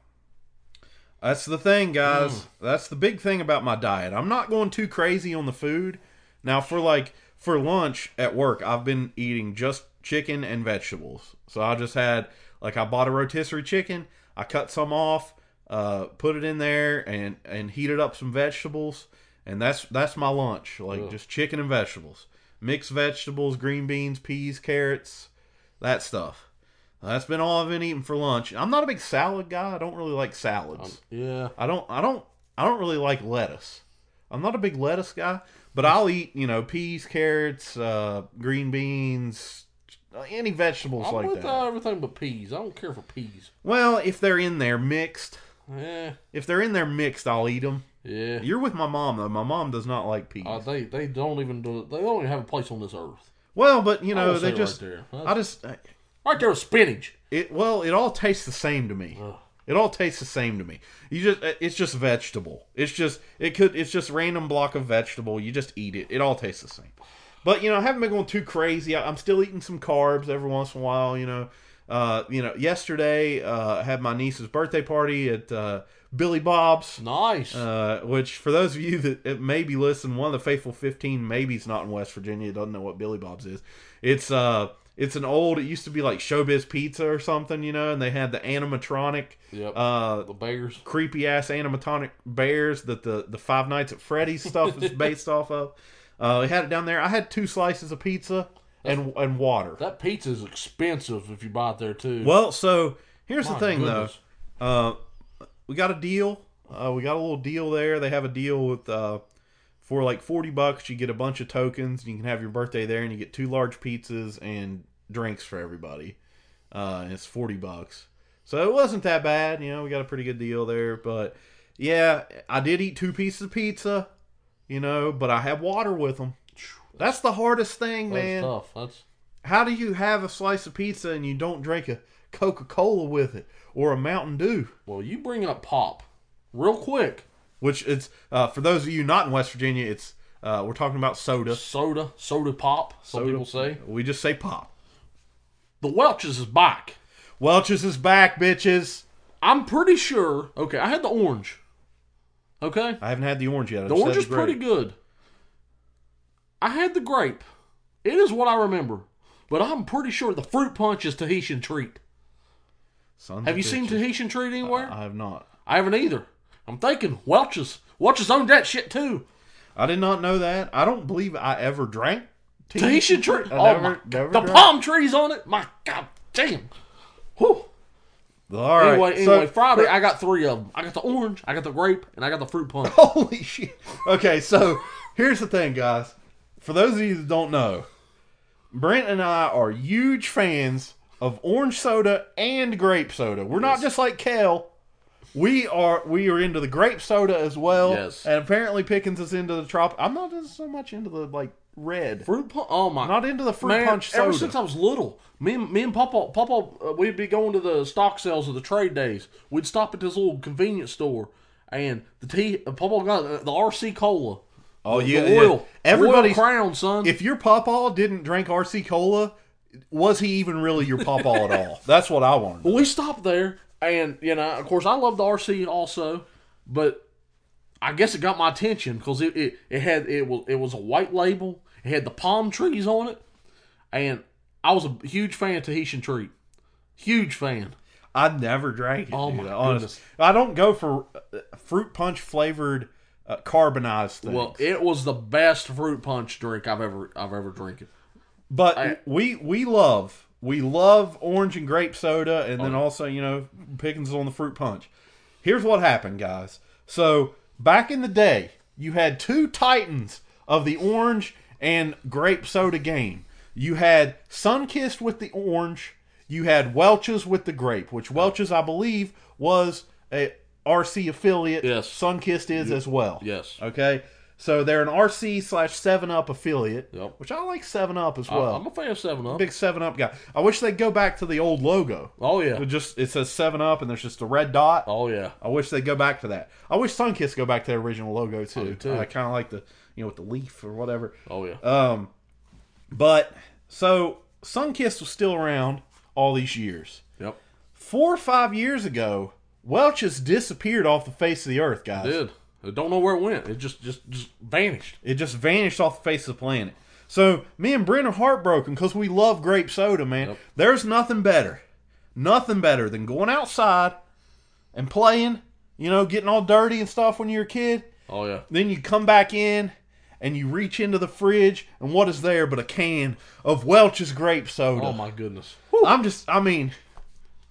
[SPEAKER 2] That's the thing, guys. That's the big thing about my diet. I'm not going too crazy on the food. Now, for like for lunch at work, I've been eating just chicken and vegetables. So I just had like I bought a rotisserie chicken. I cut some off, uh, put it in there, and and heated up some vegetables. And that's that's my lunch, like just chicken and vegetables, mixed vegetables, green beans, peas, carrots, that stuff. That's been all I've been eating for lunch. I'm not a big salad guy. I don't really like salads.
[SPEAKER 3] Yeah.
[SPEAKER 2] I don't I don't I don't really like lettuce. I'm not a big lettuce guy, but I'll eat, you know, peas, carrots, uh, green beans, any vegetables
[SPEAKER 3] I'm
[SPEAKER 2] like
[SPEAKER 3] with
[SPEAKER 2] that.
[SPEAKER 3] uh, everything but peas. I don't care for peas.
[SPEAKER 2] Well, if they're in there mixed,
[SPEAKER 3] Yeah.
[SPEAKER 2] if they're in there mixed, I'll eat them.
[SPEAKER 3] Yeah.
[SPEAKER 2] You're with my mom though. My mom does not like peas.
[SPEAKER 3] Uh, they they don't even do, they don't even have a place on this earth.
[SPEAKER 2] well, but you
[SPEAKER 3] I
[SPEAKER 2] know,
[SPEAKER 3] will say
[SPEAKER 2] they
[SPEAKER 3] right
[SPEAKER 2] just
[SPEAKER 3] there.
[SPEAKER 2] I just
[SPEAKER 3] Right there, is spinach.
[SPEAKER 2] it well, it all tastes the same to me. It all tastes the same to me. You just uh, it's just vegetable. It's just it could it's just random block of vegetable. You just eat it. It all tastes the same. But you know, I haven't been going too crazy. I, I'm still eating some carbs every once in a while. You know, uh, you know. Yesterday, uh, I had my niece's birthday party at uh, Billy Bob's.
[SPEAKER 3] Nice.
[SPEAKER 2] Uh, which, for those of you that it may be listening, one of the faithful fifteen maybe's not in West Virginia. Doesn't know what Billy Bob's is. It's uh, it's an old. It used to be like Showbiz Pizza or something, you know. And they had the animatronic,
[SPEAKER 3] Yep.
[SPEAKER 2] uh,
[SPEAKER 3] the bears.
[SPEAKER 2] creepy ass animatronic bears that the the Five Nights at Freddy's stuff
[SPEAKER 3] *laughs*
[SPEAKER 2] is based off of. Uh, they had it down there. I had two slices of pizza and and water.
[SPEAKER 3] That pizza is expensive if you buy it there too.
[SPEAKER 2] Well, so here's
[SPEAKER 3] My
[SPEAKER 2] the thing,
[SPEAKER 3] goodness.
[SPEAKER 2] though. Uh, we got a deal. Uh, we got a little deal there. They have a deal with uh, for like forty bucks, you get a bunch of tokens, and you can have your birthday there, and you get two large pizzas and drinks for everybody. Uh, and it's forty bucks, so it wasn't that bad. You know, we got a pretty good deal there, but yeah, I did eat two pieces of pizza. You know, but I had water with them. That's the hardest thing,
[SPEAKER 3] That's
[SPEAKER 2] man.
[SPEAKER 3] tough. That's
[SPEAKER 2] How do you have a slice of pizza and you don't drink a Coca Cola with it or a Mountain Dew?
[SPEAKER 3] well. You bring up pop, real quick.
[SPEAKER 2] Which it's uh, for those of you not in West Virginia, it's uh, we're talking about soda.
[SPEAKER 3] Soda, soda pop. Some people say
[SPEAKER 2] We just say pop.
[SPEAKER 3] the Welch's is back.
[SPEAKER 2] Welch's is back, bitches.
[SPEAKER 3] I'm pretty sure. Okay, I had the orange. Okay,
[SPEAKER 2] I haven't had the orange yet.
[SPEAKER 3] the orange is pretty good. I had the grape. It is what I remember, but I'm pretty sure the fruit punch is Tahitian treat. Have you seen Tahitian treat anywhere?
[SPEAKER 2] I have not.
[SPEAKER 3] I haven't either. I'm thinking Welch's. Welch's owned that shit too.
[SPEAKER 2] I did not know that. I don't believe I ever drank
[SPEAKER 3] Tahitian tree.
[SPEAKER 2] I
[SPEAKER 3] Oh
[SPEAKER 2] never-
[SPEAKER 3] my,
[SPEAKER 2] never
[SPEAKER 3] the
[SPEAKER 2] drank.
[SPEAKER 3] palm trees on it. My god damn. Whew.
[SPEAKER 2] All right.
[SPEAKER 3] Anyway,
[SPEAKER 2] so-
[SPEAKER 3] anyway, Friday I got three of them. I got the orange, I got the grape, and I got the fruit punch.
[SPEAKER 2] *laughs* Holy shit. Okay, so here's the thing, guys. For those of you that don't know, Brent and I are huge fans of orange soda and grape soda. We're not just like Kale. We are we are into the grape soda as well.
[SPEAKER 3] Yes.
[SPEAKER 2] And apparently Pickens is into the trop I'm not just so much into the like red.
[SPEAKER 3] Fruit punch. Oh my.
[SPEAKER 2] Not into the fruit
[SPEAKER 3] Man,
[SPEAKER 2] punch
[SPEAKER 3] ever
[SPEAKER 2] soda.
[SPEAKER 3] since I was little, me and me and Papa, Papa, uh, we'd be going to the stock sales of the trade days. We'd stop at this little convenience store, and the tea. uh, Papa got uh, the RC cola.
[SPEAKER 2] Oh,
[SPEAKER 3] the,
[SPEAKER 2] yeah,
[SPEAKER 3] the
[SPEAKER 2] yeah.
[SPEAKER 3] oil, oil
[SPEAKER 2] Everybody's-
[SPEAKER 3] crown, son.
[SPEAKER 2] if your pawpaw didn't drink RC cola, was he even really your pawpaw at all? That's what I wanted.
[SPEAKER 3] Well, we stopped there, and you know, of course, I love the RC also, but I guess it got my attention because it, it, it had it was it was a white label. It had the palm trees on it, and I was a huge fan of Tahitian treat, huge fan.
[SPEAKER 2] I never drank it.
[SPEAKER 3] Oh
[SPEAKER 2] dude,
[SPEAKER 3] my
[SPEAKER 2] honest. I don't go for uh, fruit punch flavored uh, carbonized things.
[SPEAKER 3] Well, it was the best fruit punch drink I've ever I've ever drinking.
[SPEAKER 2] but
[SPEAKER 3] I-
[SPEAKER 2] we we love we love orange and grape soda, and
[SPEAKER 3] Oh.
[SPEAKER 2] then also you know pickings on the fruit punch. Here's what happened, guys. So back in the day, you had two titans of the orange and grape soda game. You had Sunkist with the orange. You had Welch's with the grape, which Welch's, I believe, was a RC affiliate.
[SPEAKER 3] Yes.
[SPEAKER 2] Sunkist is as well.
[SPEAKER 3] Yes.
[SPEAKER 2] Okay. So they're an RC slash Seven Up affiliate,
[SPEAKER 3] Yep.
[SPEAKER 2] which I like Seven Up as well.
[SPEAKER 3] Well, I'm a fan of Seven Up.
[SPEAKER 2] big Seven Up guy. I wish they'd go back to the old logo.
[SPEAKER 3] oh yeah.
[SPEAKER 2] It just it says Seven Up and there's just a red dot.
[SPEAKER 3] Oh yeah.
[SPEAKER 2] I wish they'd go back to that. I wish Sunkiss go back to their original logo too.
[SPEAKER 3] too.
[SPEAKER 2] I kind of like the you know with the leaf or whatever.
[SPEAKER 3] Oh yeah.
[SPEAKER 2] Um, but so Sunkiss was still around all these years.
[SPEAKER 3] yep.
[SPEAKER 2] Four or five years ago, Welch's disappeared off the face of the earth, guys.
[SPEAKER 3] Did. I don't know where it went. It just just just vanished.
[SPEAKER 2] It just vanished off the face of the planet. So me and Brent are heartbroken because we love grape soda, man.
[SPEAKER 3] Yep.
[SPEAKER 2] There's nothing better, nothing better than going outside and playing. You know, getting all dirty and stuff when you're a kid.
[SPEAKER 3] Oh yeah.
[SPEAKER 2] Then you come back in and you reach into the fridge, and what is there but a can of Welch's grape soda?
[SPEAKER 3] Oh my goodness.
[SPEAKER 2] I'm just, I mean,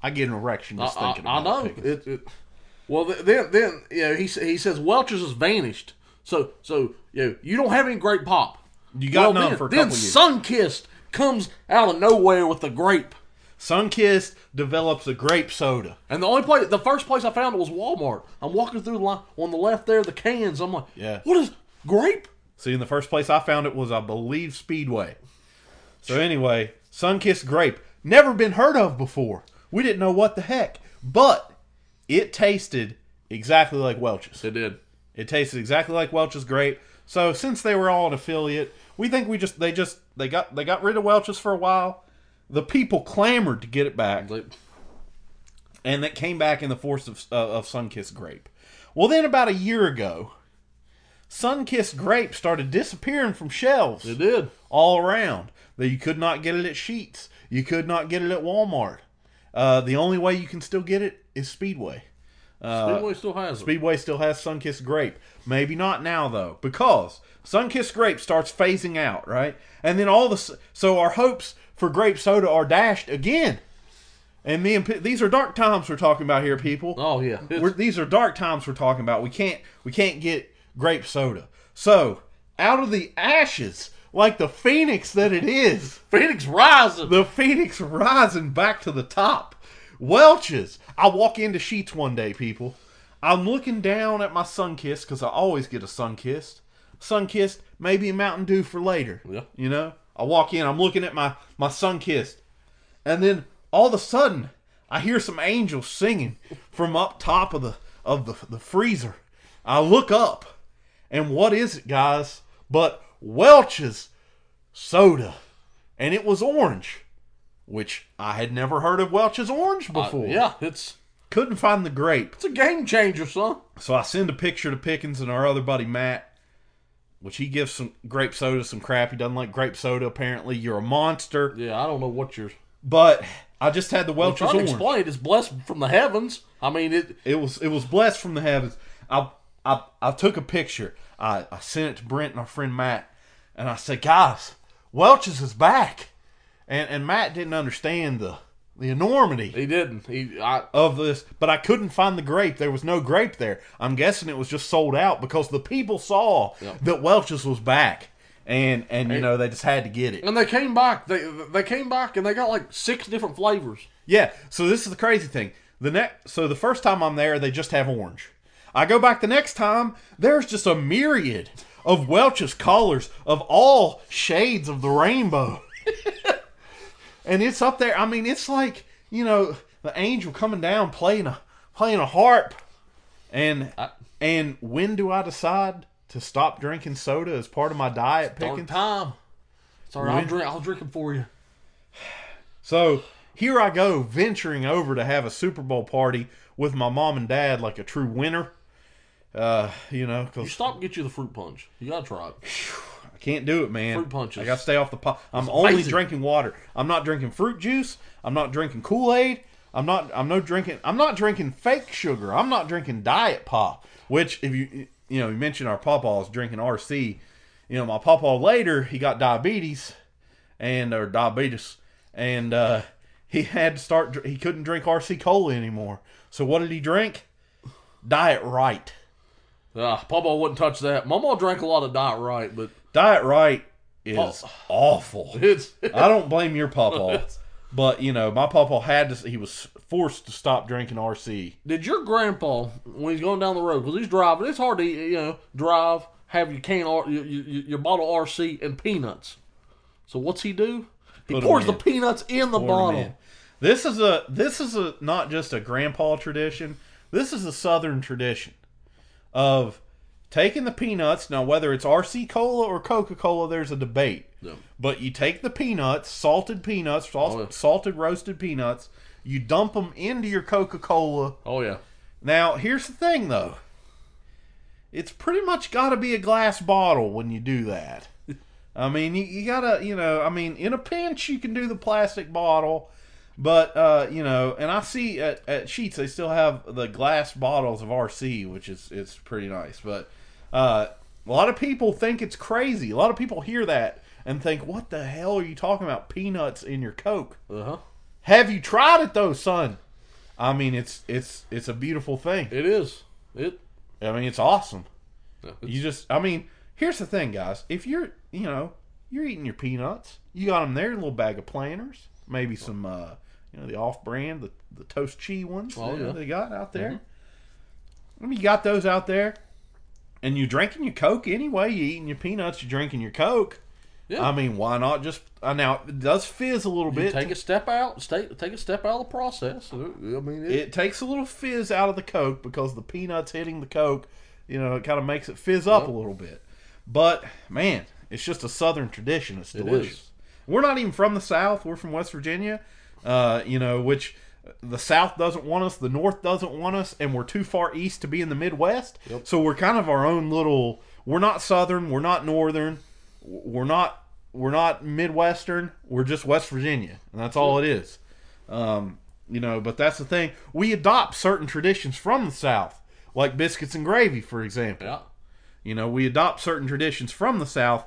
[SPEAKER 2] I get an erection
[SPEAKER 3] I,
[SPEAKER 2] just
[SPEAKER 3] I,
[SPEAKER 2] thinking
[SPEAKER 3] Uh, I
[SPEAKER 2] about
[SPEAKER 3] know.
[SPEAKER 2] it.
[SPEAKER 3] It, it, well, th- then then you know he sa- he says Welch's has vanished. So so you know, you don't have any grape pop.
[SPEAKER 2] You got
[SPEAKER 3] well,
[SPEAKER 2] none
[SPEAKER 3] then,
[SPEAKER 2] for a
[SPEAKER 3] then
[SPEAKER 2] couple years.
[SPEAKER 3] Sunkist comes out of nowhere with the grape.
[SPEAKER 2] Sunkist develops a grape soda.
[SPEAKER 3] And the only place, the first place I found it was Walmart. I'm walking through the line on the left there, the cans. I'm like,
[SPEAKER 2] Yeah.
[SPEAKER 3] what is grape?
[SPEAKER 2] See, in the first place I found it was, I believe, Speedway. So anyway, Sunkissed Grape. Never been heard of before. We didn't know what the heck. But it tasted exactly like Welch's.
[SPEAKER 3] It did.
[SPEAKER 2] It tasted exactly like Welch's Grape. So since they were all an affiliate, we think we just they just they got they got rid of Welch's for a while. The people clamored to get it back
[SPEAKER 3] Like,
[SPEAKER 2] and that came back in the force of, uh, of Sunkissed Grape. Well, then about a year ago, Sunkissed Grape started disappearing from shelves
[SPEAKER 3] it did.
[SPEAKER 2] all around. That you could not get it at Sheets, you could not get it at Walmart. Uh, the only way you can still get it is Speedway. Uh,
[SPEAKER 3] Speedway still has it.
[SPEAKER 2] Speedway still has Sunkissed Grape. Maybe not now though, because Sunkissed Grape starts phasing out, right? And then all the s- so our hopes for grape soda are dashed again. And me and P- these are dark times we're talking about here, people
[SPEAKER 3] oh yeah. It's-
[SPEAKER 2] we're, these are dark times we're talking about. We can't we can't get grape soda. So out of the ashes, like the phoenix that it is,
[SPEAKER 3] Phoenix rising.
[SPEAKER 2] the phoenix rising back to the top. Welch's. I walk into sheets one day, people. I'm looking down at my sunkist because I always get a sunkist. Sunkist, maybe a Mountain Dew for later.
[SPEAKER 3] Yeah.
[SPEAKER 2] You know, I walk in. I'm looking at my my sunkist, and then all of a sudden, I hear some angels singing from up top of the of the, the freezer. I look up, and what is it, guys? But Welch's soda, and it was orange, which I had never heard of Welch's orange
[SPEAKER 3] Uh,
[SPEAKER 2] before.
[SPEAKER 3] yeah, it's
[SPEAKER 2] couldn't find the grape,
[SPEAKER 3] it's a game changer, son.
[SPEAKER 2] so I send a picture to Pickens and our other buddy Matt, which he gives some grape soda some crap. He doesn't like grape soda. Apparently, you're a monster.
[SPEAKER 3] Yeah, I don't know what you're
[SPEAKER 2] But I just had the
[SPEAKER 3] I'm
[SPEAKER 2] Welch's
[SPEAKER 3] trying to
[SPEAKER 2] orange.
[SPEAKER 3] explain. It's blessed from the heavens. I mean, it.
[SPEAKER 2] It was it was blessed from the heavens. I I, I took a picture. I, I sent it to Brent and our friend Matt, and I said, guys, Welch's is back, and and Matt didn't understand the the enormity
[SPEAKER 3] He didn't. He. I.
[SPEAKER 2] of this, but I couldn't find the grape. There was no grape there. I'm guessing it was just sold out because the people saw that Welch's was back, and and you know they just had to get it.
[SPEAKER 3] And they came back. They they came back and they got like six different flavors.
[SPEAKER 2] Yeah. So this is the crazy thing. The next, so the first time I'm there, they just have orange. I go back the next time. There's just a myriad of Welch's colors of all shades of the rainbow, *laughs* and it's up there. I mean, it's like you know the angel coming down playing a playing a harp, and and when do I decide to stop drinking soda as part of my diet?
[SPEAKER 3] Darn
[SPEAKER 2] Picking
[SPEAKER 3] time. Sorry, I'll drink. I'll drink them for you.
[SPEAKER 2] So here I go venturing over to have a Super Bowl party with my mom and dad, like a true winner. Uh, you know,
[SPEAKER 3] You
[SPEAKER 2] 'cause
[SPEAKER 3] stop and get you the fruit punch. You gotta try it.
[SPEAKER 2] I can't do it, man.
[SPEAKER 3] Fruit punches.
[SPEAKER 2] I gotta stay off the pot. I'm only
[SPEAKER 3] amazing.
[SPEAKER 2] drinking water. I'm not drinking fruit juice. I'm not drinking Kool Aid. I'm not. I'm no drinking. I'm not drinking fake sugar. I'm not drinking diet pop. Which, if you you know, you mentioned our papa's drinking RC. You know, my papa later he got diabetes, and or diabetes, and uh, he had to start. dr- He couldn't drink RC cola anymore. So what did he drink? Diet right.
[SPEAKER 3] Ah, Papa wouldn't touch that. Mama drank a lot of diet right, but *laughs*
[SPEAKER 2] Diet right is
[SPEAKER 3] Oh.
[SPEAKER 2] awful.
[SPEAKER 3] it's
[SPEAKER 2] I don't blame your papa, but you know my papa had to. He was forced to stop drinking RC.
[SPEAKER 3] did your grandpa when he's going down the road because he's driving it's hard to you know drive have your can R- your, your, your bottle rc and peanuts so what's he do he
[SPEAKER 2] 'em
[SPEAKER 3] pours
[SPEAKER 2] in.
[SPEAKER 3] the peanuts in the bottle
[SPEAKER 2] Man, This is a this is a not just a grandpa tradition. This is a southern tradition of taking the peanuts. Now whether it's RC cola or Coca Cola, there's a debate.
[SPEAKER 3] Yeah.
[SPEAKER 2] But you take the peanuts, salted peanuts, sal-
[SPEAKER 3] Oh, yeah.
[SPEAKER 2] salted roasted peanuts. You dump them into your Coca Cola.
[SPEAKER 3] oh yeah
[SPEAKER 2] Now here's the thing though. It's pretty much got to be a glass bottle when you do that. I mean, you, you gotta, you know, I mean, in a pinch, you can do the plastic bottle, but, uh, you know, and I see at, at Sheets, they still have the glass bottles of RC, which is, it's pretty nice, but, uh, a lot of people think it's crazy. A lot of people hear that and think, what the hell are you talking about? Peanuts in your Coke.
[SPEAKER 3] uh-huh
[SPEAKER 2] Have you tried it though, son? I mean, it's, it's, it's a beautiful thing.
[SPEAKER 3] it is it
[SPEAKER 2] I mean, it's awesome.
[SPEAKER 3] Yeah,
[SPEAKER 2] You just, I mean, here's the thing, guys. If you're, you know, you're eating your peanuts, you got them there, a little bag of planters, maybe some, uh, you know, the off-brand, the the toast chi ones you
[SPEAKER 3] Oh,
[SPEAKER 2] know,
[SPEAKER 3] yeah. Mm-hmm.
[SPEAKER 2] they got out there. I mean, you got those out there, and you're drinking your Coke anyway. You're eating your peanuts, you're drinking your Coke.
[SPEAKER 3] Yeah.
[SPEAKER 2] I mean, why not just uh, now? It does fizz a little
[SPEAKER 3] you
[SPEAKER 2] bit.
[SPEAKER 3] take a step out stay, take a step out of the process Uh, i mean it,
[SPEAKER 2] it takes a little fizz out of the coke because the peanuts hitting the coke you know it kind of makes it fizz up a little bit but man it's just a southern tradition it's delicious we're not even from the south we're from west virginia uh, you know which uh, the south doesn't want us the north doesn't want us and we're too far east to be in the midwest so we're kind of our own little we're not southern we're not northern we're not we're not midwestern we're just west virginia and that's all it is um, you know, but that's the thing. We adopt certain traditions from the South, like biscuits and gravy, for example.
[SPEAKER 3] yeah
[SPEAKER 2] You know, we adopt certain traditions from the South.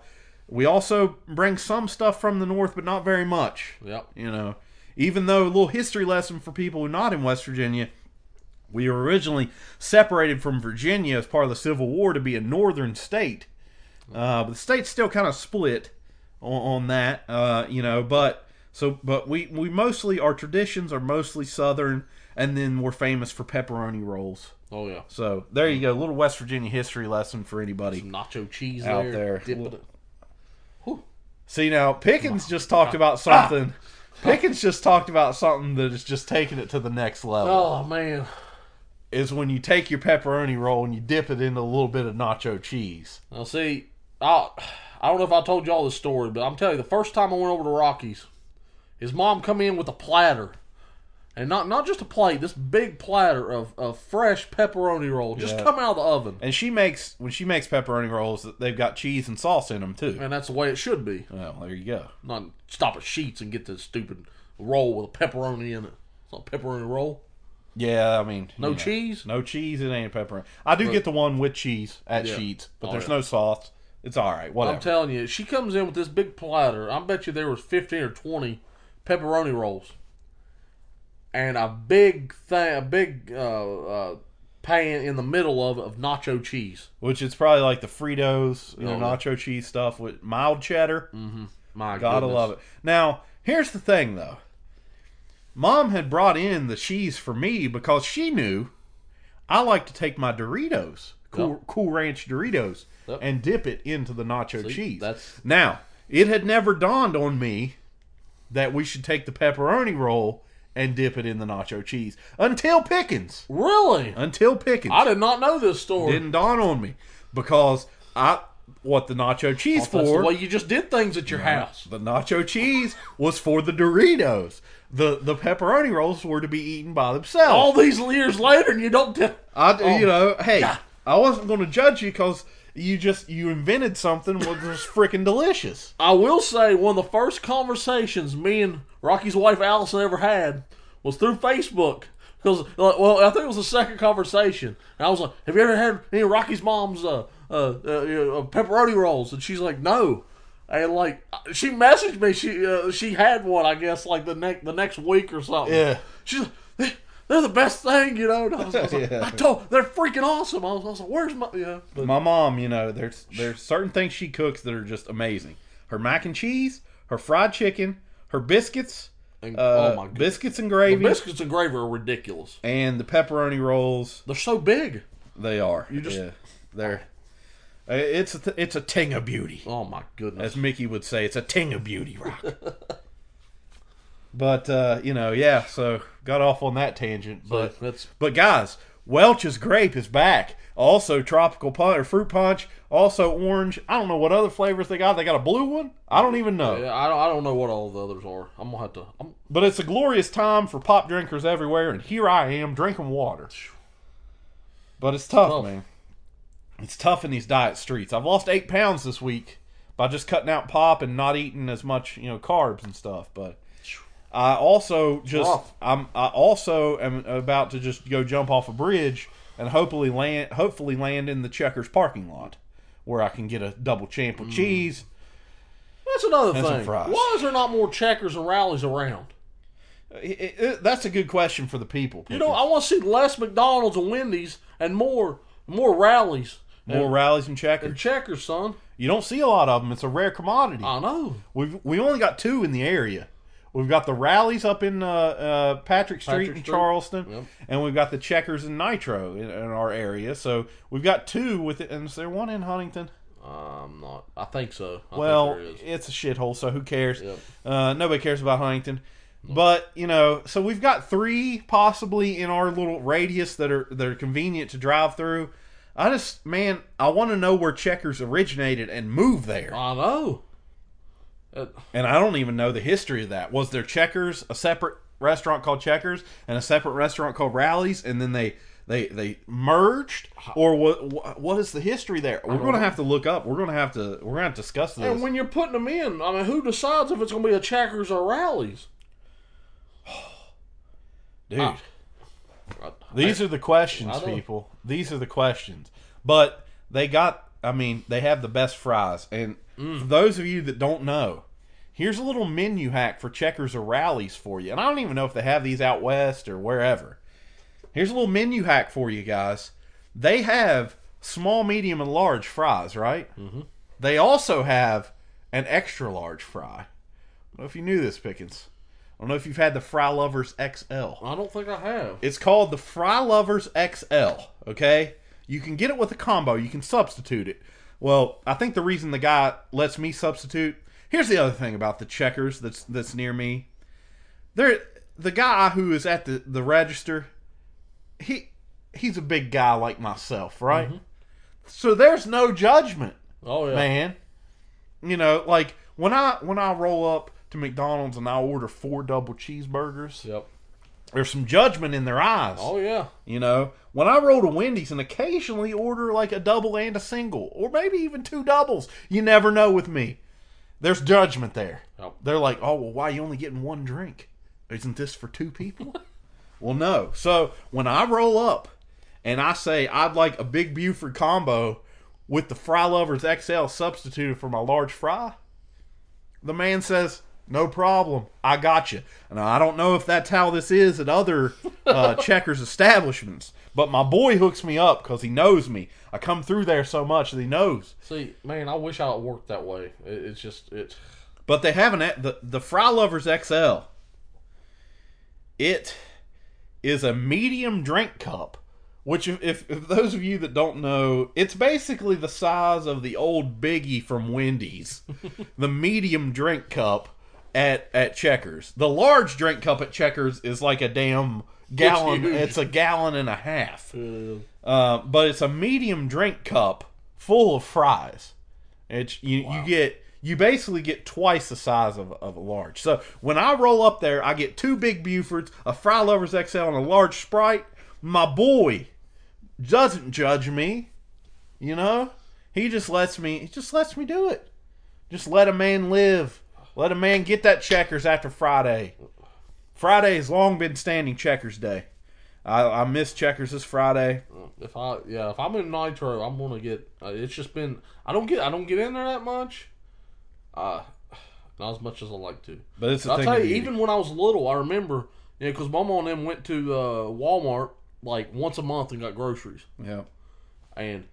[SPEAKER 2] We also bring some stuff from the North, but not very much.
[SPEAKER 3] yeah
[SPEAKER 2] You know, even though a little history lesson for people who are not in West Virginia, we were originally separated from Virginia as part of the Civil War to be a northern state. Uh, but the state's still kind of split on, on that, uh, you know. But so, but we we mostly our traditions are mostly southern, and then we're famous for pepperoni rolls.
[SPEAKER 3] oh yeah
[SPEAKER 2] So there you go, little West Virginia history lesson for anybody.
[SPEAKER 3] some nacho cheese
[SPEAKER 2] Out
[SPEAKER 3] there,
[SPEAKER 2] there.
[SPEAKER 3] dip it
[SPEAKER 2] Look.
[SPEAKER 3] in-
[SPEAKER 2] See now, Pickens just talked about something. Pickens just talked about something that is just taking it to the next level.
[SPEAKER 3] oh man
[SPEAKER 2] Is when you take your pepperoni roll and you dip it into a little bit of nacho cheese.
[SPEAKER 3] Now, see, I, I don't know if I told y'all this story, but I'm telling you, the first time I went over to Rockies, his mom come in with a platter, and not not just a plate, this big platter of, of fresh pepperoni roll just
[SPEAKER 2] Yeah.
[SPEAKER 3] come out of the oven,
[SPEAKER 2] And she makes when she makes pepperoni rolls, they've got cheese and sauce in them too.
[SPEAKER 3] and that's the way it should be.
[SPEAKER 2] Well, there you go.
[SPEAKER 3] Not stop at sheets and get the stupid roll with a pepperoni in it. It's not a pepperoni roll.
[SPEAKER 2] Yeah, I mean,
[SPEAKER 3] No
[SPEAKER 2] you know,
[SPEAKER 3] cheese?
[SPEAKER 2] no cheese. It ain't pepperoni. I do get the one with cheese at
[SPEAKER 3] Yeah.
[SPEAKER 2] Sheets, but
[SPEAKER 3] Oh,
[SPEAKER 2] there's
[SPEAKER 3] yeah.
[SPEAKER 2] no sauce. It's all right. Whatever.
[SPEAKER 3] I'm telling you, she comes in with this big platter. I bet you there was 15 or 20 pepperoni rolls. And a big thing, a big uh, uh, pan in the middle of of nacho cheese.
[SPEAKER 2] Which it's probably like the Fritos, you know,
[SPEAKER 3] Oh, yeah.
[SPEAKER 2] nacho cheese stuff with mild cheddar.
[SPEAKER 3] My
[SPEAKER 2] Gotta
[SPEAKER 3] goodness.
[SPEAKER 2] love it. Now, here's the thing, though. Mom had brought in the cheese for me because she knew I like to take my Doritos, Cool,
[SPEAKER 3] Yep.
[SPEAKER 2] cool Ranch Doritos,
[SPEAKER 3] Yep.
[SPEAKER 2] and dip it into the nacho
[SPEAKER 3] See,
[SPEAKER 2] cheese.
[SPEAKER 3] that's-
[SPEAKER 2] Now, it had never dawned on me that we should take the pepperoni roll and dip it in the nacho cheese until Pickens.
[SPEAKER 3] Really?
[SPEAKER 2] Until Pickens
[SPEAKER 3] I did not know this story.
[SPEAKER 2] didn't dawn on me because I what the nacho cheese
[SPEAKER 3] That's the
[SPEAKER 2] for
[SPEAKER 3] way you just did things at your house.
[SPEAKER 2] the nacho cheese was for the Doritos. The the pepperoni rolls were to be eaten by
[SPEAKER 3] All oh,
[SPEAKER 2] themselves.
[SPEAKER 3] these years later, and you don't tell.
[SPEAKER 2] I you know, hey, I wasn't going to judge you cuz you just you invented something that was freaking delicious.
[SPEAKER 3] I will say one of the first conversations me and Rocky's wife Allison ever had was through Facebook. Because, like, well, I think it was the second conversation. And I was like, Have you ever had any of Rocky's mom's uh, uh, uh, you know, pepperoni rolls? And she's like, No. And like she messaged me, she uh, she had one, I guess, like the next the next week or something.
[SPEAKER 2] Yeah.
[SPEAKER 3] she's like, "They- they're the best thing, you know. And I was, I was
[SPEAKER 2] *laughs*
[SPEAKER 3] like,
[SPEAKER 2] Yeah.
[SPEAKER 3] I told they're freaking awesome. I was, I was like, where's my yeah? But
[SPEAKER 2] My mom, you know, there's there's certain things she cooks that are just amazing. Her mac and cheese, her fried chicken, her biscuits,
[SPEAKER 3] And-
[SPEAKER 2] uh,
[SPEAKER 3] oh my god,
[SPEAKER 2] biscuits and gravy,
[SPEAKER 3] biscuits and gravy are ridiculous.
[SPEAKER 2] and the pepperoni rolls.
[SPEAKER 3] They're so big.
[SPEAKER 2] They are. You
[SPEAKER 3] just-
[SPEAKER 2] yeah, they're. Uh, It's a th- it's a ting of beauty,
[SPEAKER 3] Oh my goodness.
[SPEAKER 2] as Mickey would say. It's a ting of beauty, Rock. but uh, you know, yeah. So got off on that tangent, but
[SPEAKER 3] But that's
[SPEAKER 2] But guys, Welch's grape is back. Also tropical punch or fruit punch. Also orange. I don't know what other flavors they got. They got a blue one. I don't even know.
[SPEAKER 3] yeah, I don't I don't know what all the others are. I'm gonna have to. I'm,
[SPEAKER 2] But it's a glorious time for pop drinkers everywhere, and here I am drinking water. But it's tough,
[SPEAKER 3] Tough.
[SPEAKER 2] man. It's tough in these diet streets. I've lost eight pounds this week by just cutting out pop and not eating as much, you know, carbs and stuff. But I also just
[SPEAKER 3] rough.
[SPEAKER 2] I'm I also am about to just go jump off a bridge and hopefully land hopefully land in the Checkers parking lot where I can get a double champ
[SPEAKER 3] Mm.
[SPEAKER 2] with cheese.
[SPEAKER 3] that's another
[SPEAKER 2] And some
[SPEAKER 3] thing.
[SPEAKER 2] fries.
[SPEAKER 3] Why is there not more checkers and rallies around?
[SPEAKER 2] It- it- it- that's a good question for the people.
[SPEAKER 3] You know, I want to see less McDonald's and Wendy's and more more rallies
[SPEAKER 2] more rallies and Checkers.
[SPEAKER 3] and checkers, son.
[SPEAKER 2] You don't see a lot of them. It's a rare commodity.
[SPEAKER 3] I know.
[SPEAKER 2] We've we only got two in the area. We've got the rallies up in uh, uh, Patrick Street
[SPEAKER 3] Patrick
[SPEAKER 2] in
[SPEAKER 3] Street.
[SPEAKER 2] Charleston,
[SPEAKER 3] Yep.
[SPEAKER 2] and we've got the Checkers and Nitro in, in our area. So we've got two with it, and is there one in Huntington?
[SPEAKER 3] I'm not. I think so. I
[SPEAKER 2] well,
[SPEAKER 3] think there is.
[SPEAKER 2] it's a shithole, so who cares?
[SPEAKER 3] Yep.
[SPEAKER 2] Uh, nobody cares about Huntington. But you know, so we've got three possibly in our little radius that are that are convenient to drive through. I just man, I want to know where Checkers originated and move there.
[SPEAKER 3] I know. Uh,
[SPEAKER 2] And I don't even know the history of that. Was there Checkers, a separate restaurant called Checkers, and a separate restaurant called Rallies, and then they they they merged, or what? What is the history there? We're gonna have to look up. We're gonna have to we're gonna have to discuss this.
[SPEAKER 3] and when you're putting them in, I mean, who decides if it's going to be a checkers or rallies?
[SPEAKER 2] Dude,
[SPEAKER 3] I- I-
[SPEAKER 2] these are the questions,
[SPEAKER 3] I don't-
[SPEAKER 2] people. These are the questions. But they got. I mean, they have the best fries. And
[SPEAKER 3] Mm.
[SPEAKER 2] for those of you that don't know, here's a little menu hack for Checkers or Rallies for you. And I don't even know if they have these out west or wherever. Here's a little menu hack for you guys. They have small, medium, and large fries, right? Mm-hmm. They also have an extra large fry. I don't know if you knew this, Pickens. I don't know if you've had the Fry Lovers XL.
[SPEAKER 3] I don't think I have.
[SPEAKER 2] It's called the Fry Lovers XL. Okay, you can get it with a combo. You can substitute it. Well, I think the reason the guy lets me substitute. Here's the other thing about the checkers that's that's near me. There, the guy who is at the the register, he he's a big guy like myself, right? So there's no judgment
[SPEAKER 3] Oh Mm-hmm. yeah.
[SPEAKER 2] man. You know, like when I when I roll up to McDonald's and I order four double cheeseburgers,
[SPEAKER 3] Yep.
[SPEAKER 2] there's some judgment in their eyes.
[SPEAKER 3] Oh yeah.
[SPEAKER 2] You know, when I roll to Wendy's and occasionally order like a double and a single, or maybe even two doubles, you never know with me. There's judgment there.
[SPEAKER 3] Yep.
[SPEAKER 2] They're like, oh, well, why are you only getting one drink? Isn't this for two people? *laughs* well, no. So when I roll up and I say I'd like a Big Buford combo with the Fry Lovers XL substituted for my large fry, the man says, "No problem, I got you." Now I don't know if that's how this is at other uh, checkers establishments, but my boy hooks me up because he knows me. I come through there so much that he knows.
[SPEAKER 3] See, man, I wish I worked that way. It, it's just it's
[SPEAKER 2] But they have an e, the the Fry Lovers XL. It is a medium drink cup, which if, if, if those of you that don't know, it's basically the size of the old Biggie from Wendy's, the medium drink cup at at Checkers. The large drink cup at Checkers is like a damn gallon.
[SPEAKER 3] huge.
[SPEAKER 2] it's a gallon and a half.
[SPEAKER 3] uh,
[SPEAKER 2] Uh, but it's a medium drink cup full of fries. It's you you get you basically get twice the size of, of a large. So when I roll up there, I get two big Bufords, a Fry Lovers XL, and a large Sprite. My boy doesn't judge me, you know. He just lets me. He just lets me do it. Just let a man live. Let a man get that checkers after Friday. Friday has long been standing checkers day. I, I miss checkers this Friday.
[SPEAKER 3] If I yeah, if I'm in Nitro, I'm gonna get. Uh, it's just been I don't get I don't get in there that much. Uh not as much as I like to.
[SPEAKER 2] But it's a
[SPEAKER 3] I'll
[SPEAKER 2] thing
[SPEAKER 3] tell
[SPEAKER 2] of
[SPEAKER 3] you,
[SPEAKER 2] beauty.
[SPEAKER 3] even when I was little, I remember you because Mama and them went to uh, Walmart like once a month and got groceries.
[SPEAKER 2] Yeah.
[SPEAKER 3] And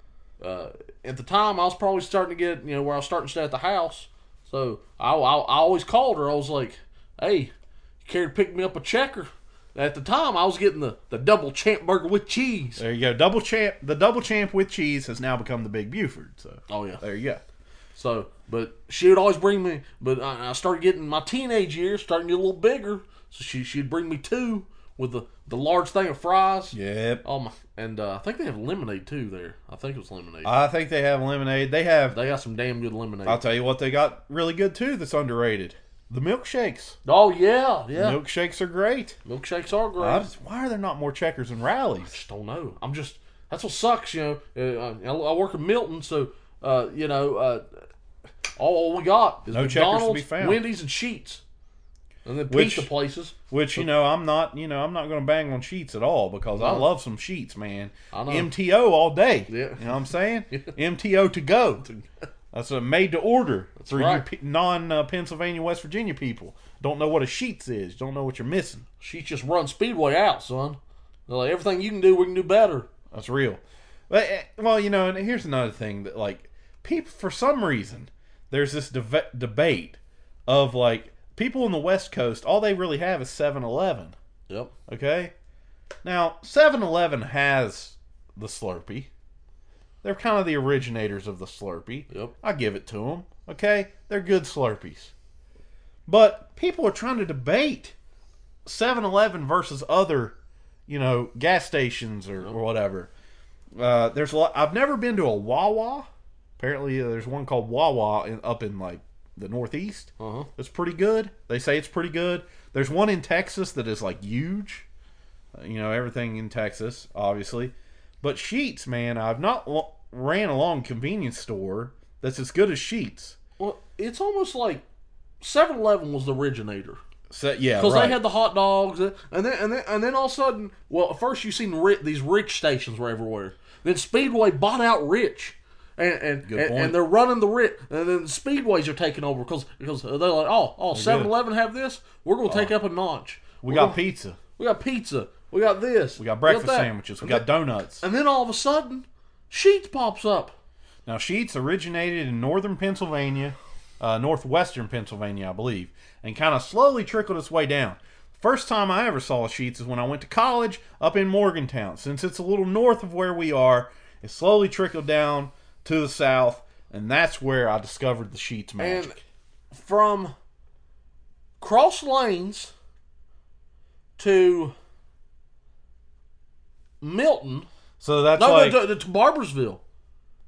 [SPEAKER 3] uh, at the time, I was probably starting to get, you know, where I was starting to stay at the house. So I, I, I always called her. I was like, hey, you care to pick me up a checker? At the time, I was getting the, the double champ burger with cheese.
[SPEAKER 2] There you go. Double champ. The double champ with cheese has now become the Big Buford. So
[SPEAKER 3] Oh, yeah.
[SPEAKER 2] there you go.
[SPEAKER 3] So, but she would always bring me, but I, I started getting my teenage years, starting to get a little bigger. So she, she'd bring me two with the, the large thing of fries.
[SPEAKER 2] Yep.
[SPEAKER 3] Oh, my. And uh, I think they have lemonade too there. I think it was lemonade.
[SPEAKER 2] I think they have lemonade. They have.
[SPEAKER 3] they got some damn good lemonade.
[SPEAKER 2] I'll tell you what they got really good too. That's underrated. The milkshakes.
[SPEAKER 3] oh, yeah. Yeah.
[SPEAKER 2] Milkshakes are great.
[SPEAKER 3] Milkshakes are great.
[SPEAKER 2] I
[SPEAKER 3] I
[SPEAKER 2] just- why are there not more checkers and rallies?
[SPEAKER 3] just don't know. I'm just that's what sucks, you know. Uh, I, I work in Milton, so uh, you know, uh, all, all we got is
[SPEAKER 2] No checkers to
[SPEAKER 3] McDonald's,
[SPEAKER 2] be found.
[SPEAKER 3] Wendy's, and Sheets, and then
[SPEAKER 2] Which-
[SPEAKER 3] pizza places.
[SPEAKER 2] Which you know I'm not. You know I'm not going to bang on sheets at all because I
[SPEAKER 3] No.
[SPEAKER 2] love some sheets, man.
[SPEAKER 3] I know.
[SPEAKER 2] MTO all day.
[SPEAKER 3] *laughs* Yeah.
[SPEAKER 2] You know what I'm saying? MTO to go. That's a made to order for
[SPEAKER 3] right.
[SPEAKER 2] you non uh, Pennsylvania, West Virginia people. Don't know what a sheets is. Don't know what you're missing.
[SPEAKER 3] Sheets just run Speedway out, son. They're like everything you can do, we can do better.
[SPEAKER 2] That's real. But eh, well, you know, and here's another thing that like people for some reason there's this deva debate of like people in the West Coast all they really have is 7-Eleven,
[SPEAKER 3] Yep.
[SPEAKER 2] okay? Now, 7-Eleven has the Slurpee. They're kind of the originators of the Slurpee.
[SPEAKER 3] Yep.
[SPEAKER 2] I give it to them, okay? They're good Slurpees. But people are trying to debate 7-Eleven versus other, you know, gas stations or, or whatever. Uh, there's a lot. I've never been to a Wawa. Apparently, uh, there's one called Wawa in, up in like the Northeast.
[SPEAKER 3] Uh-huh.
[SPEAKER 2] It's pretty good. They say it's pretty good. There's one in Texas that is like huge. Uh, you know everything in Texas, obviously. But Sheets, man, I've not lo- ran along a convenience store that's as good as Sheets.
[SPEAKER 3] Well, it's almost like 7-Eleven was the originator.
[SPEAKER 2] So yeah,
[SPEAKER 3] Because
[SPEAKER 2] right.
[SPEAKER 3] they had the hot dogs, uh, and then and then and then all of a sudden, well, at first you seen ri- these rich stations were everywhere. Then Speedway bought out rich, and and and,
[SPEAKER 2] point.
[SPEAKER 3] and they're running the rich, and then Speedways are taking over because because they're like, oh oh, Seven Eleven have this, we're gonna take up a notch.
[SPEAKER 2] Oh. we
[SPEAKER 3] We're
[SPEAKER 2] got
[SPEAKER 3] gonna-
[SPEAKER 2] pizza.
[SPEAKER 3] we got pizza, we got this,
[SPEAKER 2] We got breakfast
[SPEAKER 3] that.
[SPEAKER 2] sandwiches. We got donuts.
[SPEAKER 3] and then all of a sudden, Sheets pops up.
[SPEAKER 2] Now, Sheets originated in northern Pennsylvania, uh, northwestern Pennsylvania, I believe, and kind of slowly trickled its way down. First time I ever saw Sheets is when I went to college up in Morgantown. Since it's a little north of where we are, it slowly trickled down to the south, and that's where I discovered the Sheets magic.
[SPEAKER 3] and from cross lanes to Milton,
[SPEAKER 2] so that's
[SPEAKER 3] no,
[SPEAKER 2] like,
[SPEAKER 3] no, to, to Barbersville.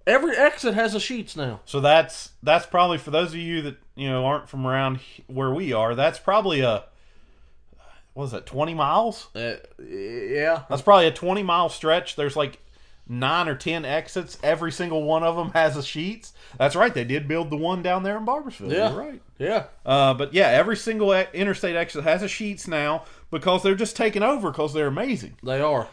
[SPEAKER 3] Every exit has a sheets now.
[SPEAKER 2] so that's that's probably for those of you that you know aren't from around he- where we are. That's probably a what is that twenty miles?
[SPEAKER 3] Uh, yeah,
[SPEAKER 2] That's probably a 20 mile stretch. There's like nine or 10 exits. Every single one of them has a sheets. That's right. They did build the one down there in Barbersville.
[SPEAKER 3] yeah,
[SPEAKER 2] You're right.
[SPEAKER 3] yeah.
[SPEAKER 2] Uh, but yeah, every single e- interstate exit has a sheets now because they're just taking over because they're amazing.
[SPEAKER 3] They are.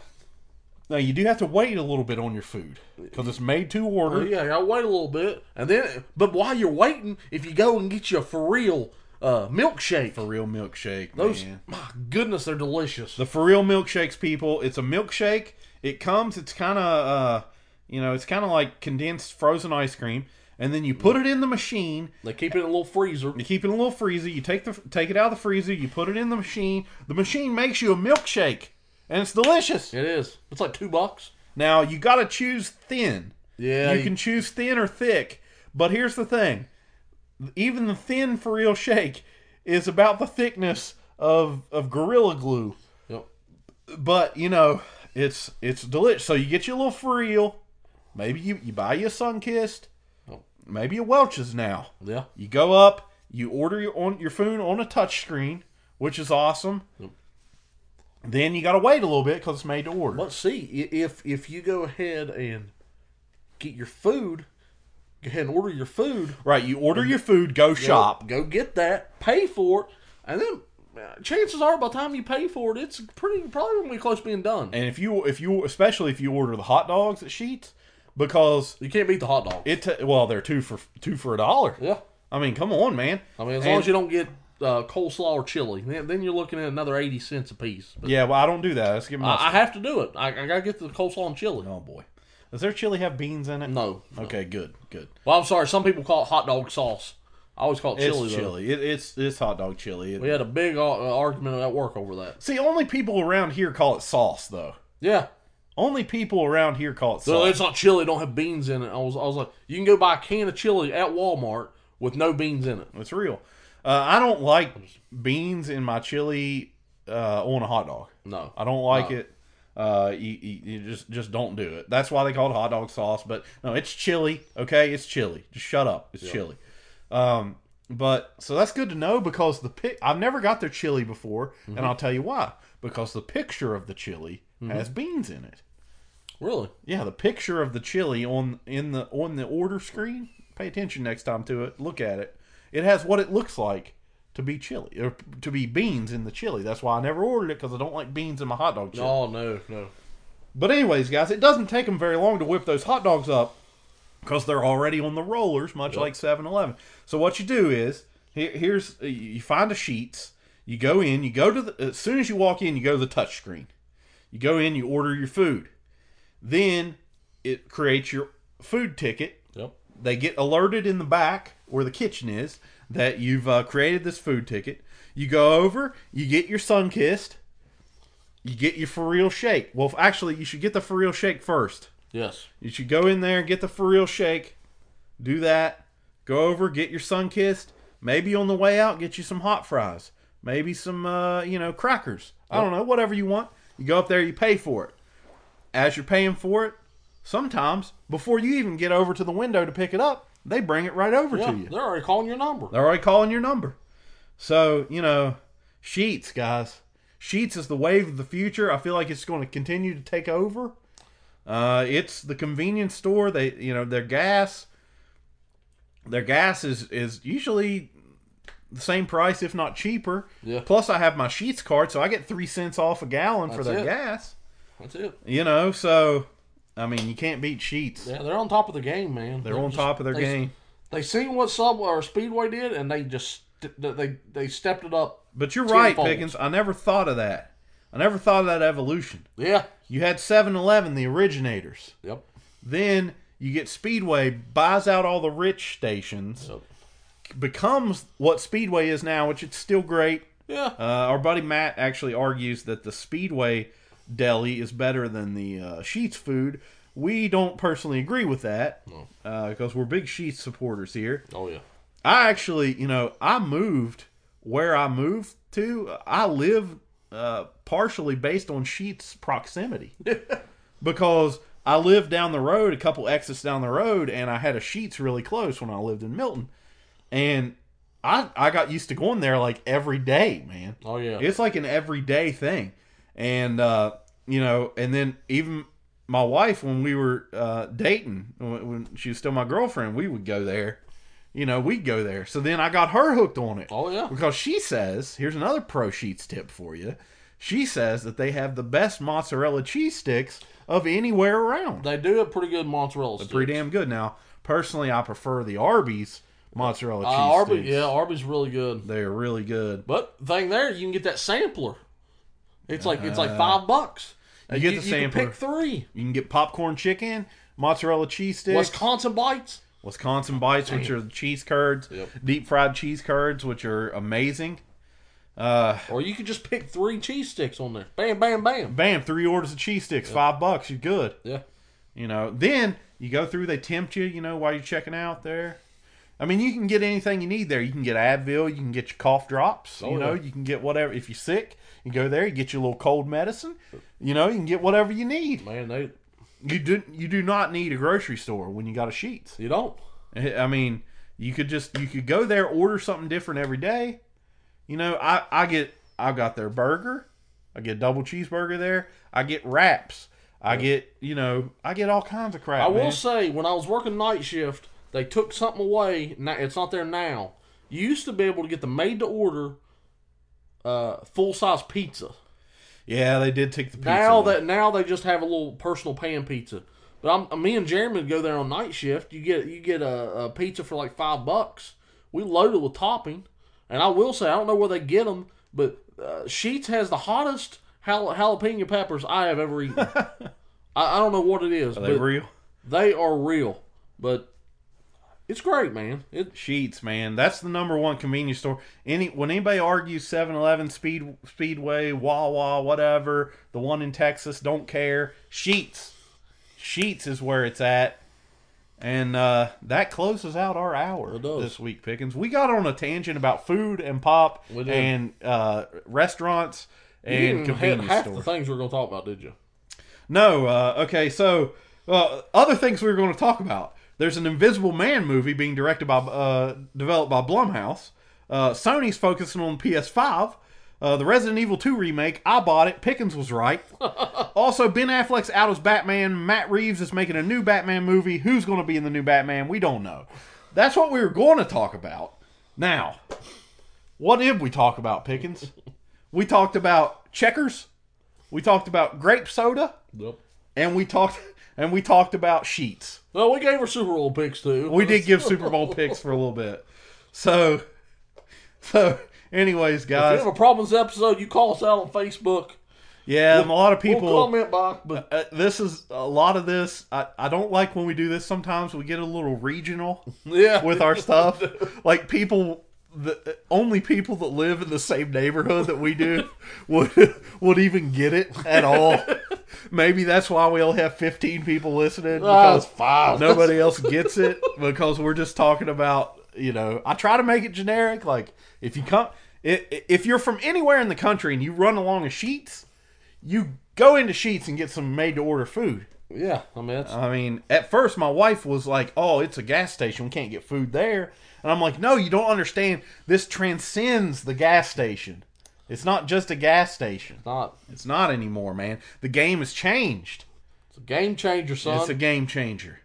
[SPEAKER 2] Now, you do have to wait a little bit on your food because it's made to order.
[SPEAKER 3] But Oh, yeah, I gotta wait a little bit, and then, but while you're waiting, if you go and get you a for real uh, milkshake,
[SPEAKER 2] For real milkshake.
[SPEAKER 3] those,
[SPEAKER 2] man.
[SPEAKER 3] my goodness, they're delicious.
[SPEAKER 2] The for real milkshakes, people. It's a milkshake. It comes. It's kind of, uh, you know, it's kind of like condensed frozen ice cream, and then you put it in the machine,
[SPEAKER 3] they keep it in a little freezer.
[SPEAKER 2] You keep it in a little freezer. You take the take it out of the freezer. You put it in the machine. The machine makes you a milkshake, and it's delicious.
[SPEAKER 3] It is. It's like two bucks.
[SPEAKER 2] Now you got to choose thin.
[SPEAKER 3] Yeah,
[SPEAKER 2] you can choose thin or thick. But here's the thing: even the thin for real shake is about the thickness of of gorilla glue.
[SPEAKER 3] Yep.
[SPEAKER 2] But you know, it's it's delicious. So you get you a little for real. Maybe you you buy you a sun kissed.
[SPEAKER 3] Oh.
[SPEAKER 2] Maybe a Welch's now.
[SPEAKER 3] Yeah.
[SPEAKER 2] You go up, you order your on your food on a touch screen, which is awesome. Then you got to wait a little bit because it's made to order.
[SPEAKER 3] Let's see i- if if you go ahead and get your food, go ahead and order your food.
[SPEAKER 2] Right, you order your food, go shop.
[SPEAKER 3] Go, go get that, pay for it, and then uh, chances are by the time you pay for it, it's pretty probably gonna be close to being done.
[SPEAKER 2] And if you if you especially if you order the hot dogs at Sheets, because
[SPEAKER 3] You can't beat the hot dog.
[SPEAKER 2] it ta- well they're two for two for a dollar.
[SPEAKER 3] yeah,
[SPEAKER 2] I mean, come on, man.
[SPEAKER 3] I mean as
[SPEAKER 2] And-
[SPEAKER 3] long as you don't get uh, coleslaw or chili, then, then you're looking at another eighty cents a piece. But
[SPEAKER 2] yeah, well I don't do that. That's getting my
[SPEAKER 3] I, I have to do it. I, I gotta get the coleslaw and chili.
[SPEAKER 2] oh boy. Does their chili have beans in it?
[SPEAKER 3] No.
[SPEAKER 2] Okay, good, good.
[SPEAKER 3] Well, I'm sorry. Some people call it hot dog sauce. I always call it
[SPEAKER 2] It's
[SPEAKER 3] chili.
[SPEAKER 2] chili.
[SPEAKER 3] though.
[SPEAKER 2] It, it's it's hot dog chili. It-
[SPEAKER 3] We had a big uh, argument at work over that.
[SPEAKER 2] See, only people around here call it sauce, though.
[SPEAKER 3] Yeah.
[SPEAKER 2] Only people around here call it
[SPEAKER 3] So
[SPEAKER 2] sauce.
[SPEAKER 3] it's not chili. Don't have beans in it. I was, I was like, you can go buy a can of chili at Walmart with no beans in it.
[SPEAKER 2] It's real. Uh, I don't like beans in my chili uh, on a hot dog.
[SPEAKER 3] No.
[SPEAKER 2] I don't like it. Uh, you, you, you just just don't do it. That's why they call it hot dog sauce. But no, it's chili. Okay, it's chili. Just shut up. It's chili. Um, but so that's good to know because the pic I've never got their chili before,
[SPEAKER 3] Mm-hmm.
[SPEAKER 2] and I'll tell you why. Because the picture of the chili has beans in it.
[SPEAKER 3] Really?
[SPEAKER 2] Yeah, the picture of the chili on in the on the order screen. Pay attention next time to it. Look at it. It has what it looks like to be chili or to be beans in the chili. That's why I never ordered it because I don't like beans in my hot dog chili.
[SPEAKER 3] Oh no, no.
[SPEAKER 2] But anyways, guys, it doesn't take them very long to whip those hot dogs up because they're already on the rollers, much like 7-Eleven. So what you do is here, here's uh, you find a sheets. You go in. You go to the as soon as you walk in, you go to the touch screen. You go in. You order your food. Then it creates your food ticket.
[SPEAKER 3] Yep.
[SPEAKER 2] They get alerted in the back where the kitchen is that you've uh, created this food ticket. You go over. You get your sun kissed. You get your for real shake. Well, f- actually, you should get the for real shake first.
[SPEAKER 3] Yes.
[SPEAKER 2] You should go in there and get the for real shake. Do that. Go over, get your sun kissed. Maybe on the way out, get you some hot fries. Maybe some, uh, you know, crackers. I don't know, whatever you want. You go up there, you pay for it. As you're paying for it, sometimes before you even get over to the window to pick it up, they bring it right over
[SPEAKER 3] Yeah.
[SPEAKER 2] to you.
[SPEAKER 3] They're already calling your number.
[SPEAKER 2] They're already calling your number. So, you know, Sheets, guys. Sheets is the wave of the future. I feel like it's going to continue to take over. Uh, it's the convenience store. They, you know, their gas, their gas is is usually the same price, if not cheaper.
[SPEAKER 3] Yeah.
[SPEAKER 2] Plus, I have my Sheets card, so I get three cents off a gallon for
[SPEAKER 3] That's
[SPEAKER 2] their
[SPEAKER 3] it.
[SPEAKER 2] gas.
[SPEAKER 3] That's it.
[SPEAKER 2] You know, so I mean, you can't beat Sheets.
[SPEAKER 3] Yeah, they're on top of the game, man.
[SPEAKER 2] They're on
[SPEAKER 3] just-
[SPEAKER 2] top of their
[SPEAKER 3] they-
[SPEAKER 2] game.
[SPEAKER 3] They seen what Subway or Speedway did, and they just st- they they stepped it up.
[SPEAKER 2] But you're right,
[SPEAKER 3] tenfold.
[SPEAKER 2] Pickens. I never thought of that. I never thought of that evolution.
[SPEAKER 3] Yeah.
[SPEAKER 2] You had 7 Eleven, the originators.
[SPEAKER 3] Yep.
[SPEAKER 2] Then you get Speedway, buys out all the rich stations,
[SPEAKER 3] Yep.
[SPEAKER 2] becomes what Speedway is now, which it's still great.
[SPEAKER 3] Yeah.
[SPEAKER 2] Uh, our buddy Matt actually argues that the Speedway deli is better than the uh, Sheets food. We don't personally agree with that because we're big Sheets supporters here.
[SPEAKER 3] Oh yeah.
[SPEAKER 2] I actually, you know, I moved where I moved to. I live uh, partially based on Sheets proximity *laughs* because I lived down the road, a couple exits down the road, and I had a Sheets really close when I lived in Milton, and I I got used to going there like every day, man.
[SPEAKER 3] Oh yeah.
[SPEAKER 2] It's like an everyday thing. And, uh, you know, and then even my wife, when we were uh, dating, when, when she was still my girlfriend, we would go there. You know, we'd go there. So then I got her hooked on it.
[SPEAKER 3] oh yeah.
[SPEAKER 2] Because she says, here's another pro sheets tip for you. She says that they have the best mozzarella cheese sticks of anywhere around.
[SPEAKER 3] They do a pretty good mozzarella. Sticks.
[SPEAKER 2] Pretty damn good. Now, personally, I prefer the Arby's mozzarella cheese
[SPEAKER 3] Uh, Arby,
[SPEAKER 2] sticks.
[SPEAKER 3] yeah, Arby's really good.
[SPEAKER 2] They're really good.
[SPEAKER 3] But thing there, you can get that sampler. It's like it's like five bucks.
[SPEAKER 2] Uh, you get the sampler.
[SPEAKER 3] Can pick three
[SPEAKER 2] You can get popcorn chicken, mozzarella cheese sticks.
[SPEAKER 3] Wisconsin bites.
[SPEAKER 2] Wisconsin bites, which are the cheese curds,
[SPEAKER 3] Yep.
[SPEAKER 2] deep fried cheese curds, which are amazing.
[SPEAKER 3] Or you could just pick three cheese sticks on there. Bam, bam, bam.
[SPEAKER 2] Bam, three orders of cheese sticks, five bucks, you're good.
[SPEAKER 3] Yeah.
[SPEAKER 2] You know, then you go through, they tempt you, you know, while you're checking out there. I mean, you can get anything you need there. You can get Advil, you can get your cough drops, you know, you can get whatever. If you're sick, you go there, you get your little cold medicine, you know, you can get whatever you need.
[SPEAKER 3] Man, they
[SPEAKER 2] You do, you do not need a grocery store when you got a sheets.
[SPEAKER 3] you don't.
[SPEAKER 2] I mean, you could just you could go there, order something different every day. You know, I I get I got their burger, I get double cheeseburger there, I get wraps, I get you know I get all kinds of crap.
[SPEAKER 3] I will
[SPEAKER 2] man.
[SPEAKER 3] say, when I was working night shift, they took something away. Now it's not there now. You used to be able to get the made to order uh, full size pizza.
[SPEAKER 2] Yeah, they did take the pizza.
[SPEAKER 3] Now
[SPEAKER 2] away.
[SPEAKER 3] that now they just have a little personal pan pizza. But I'm me and Jeremy would go there on night shift. You get you get a, a pizza for like five bucks. We load it with topping, and I will say I don't know where they get them, but uh, Sheets has the hottest jal- jalapeno peppers I have
[SPEAKER 2] *laughs*
[SPEAKER 3] ever eaten. I, I don't know what it is,
[SPEAKER 2] Are they
[SPEAKER 3] but
[SPEAKER 2] real?
[SPEAKER 3] they are real. But it's great, man. It
[SPEAKER 2] Sheets, man. That's the number one convenience store. Any when anybody argues 7-Eleven, Speed Speedway, Wawa, whatever, the one in Texas, don't care. Sheets. Sheets is where it's at. And uh, that closes out our hour
[SPEAKER 3] It does.
[SPEAKER 2] this week, Pickens. We got on a tangent about food and pop
[SPEAKER 3] We did.
[SPEAKER 2] and uh, restaurants
[SPEAKER 3] you
[SPEAKER 2] and
[SPEAKER 3] didn't have
[SPEAKER 2] convenience
[SPEAKER 3] half
[SPEAKER 2] stores.
[SPEAKER 3] the things we are gonna talk about, did you?
[SPEAKER 2] No. Uh, okay. So uh, other things we were going to talk about. There's an Invisible Man movie being directed by, uh, developed by Blumhouse. Uh, Sony's focusing on PS5. Uh, the Resident Evil 2 remake. I bought it. Pickens was right. also, Ben Affleck's out as Batman. Matt Reeves is making a new Batman movie. Who's going to be in the new Batman? We don't know. That's what we were going to talk about. Now, what did we talk about, Pickens? we talked about checkers. We talked about grape soda
[SPEAKER 3] Nope.
[SPEAKER 2] and we talked and we talked about sheets.
[SPEAKER 3] Well, we gave her Super Bowl picks too.
[SPEAKER 2] We did give Super
[SPEAKER 3] *laughs*
[SPEAKER 2] Bowl picks for a little bit. So so anyways,
[SPEAKER 3] If you
[SPEAKER 2] guys,
[SPEAKER 3] have a problem with this episode, you call us out on Facebook.
[SPEAKER 2] yeah, a lot of
[SPEAKER 3] we'll
[SPEAKER 2] people
[SPEAKER 3] comment by. But
[SPEAKER 2] uh, this is a lot of this. I, I don't like when we do this sometimes. We get a little regional
[SPEAKER 3] yeah,
[SPEAKER 2] *laughs* with our
[SPEAKER 3] *laughs*
[SPEAKER 2] stuff. Like people the uh, only people that live in the same neighborhood that we
[SPEAKER 3] *laughs*
[SPEAKER 2] do would would even get it at all. Maybe that's why we only have 15 people listening
[SPEAKER 3] Ah,
[SPEAKER 2] because
[SPEAKER 3] it's
[SPEAKER 2] *laughs*
[SPEAKER 3] five.
[SPEAKER 2] nobody else gets it because we're just talking about you know i try to make it generic like if you come i- i- if you're from anywhere in the country and you run along a sheets you go into sheets and get some made to order food
[SPEAKER 3] yeah, I mean, it's,
[SPEAKER 2] i mean at first my wife was like oh it's a gas station we can't get food there and i'm like no you don't understand this transcends the gas station it's not just a gas station
[SPEAKER 3] not.
[SPEAKER 2] it's not anymore man the game has changed
[SPEAKER 3] It's a game changer, son.
[SPEAKER 2] it's a game changer.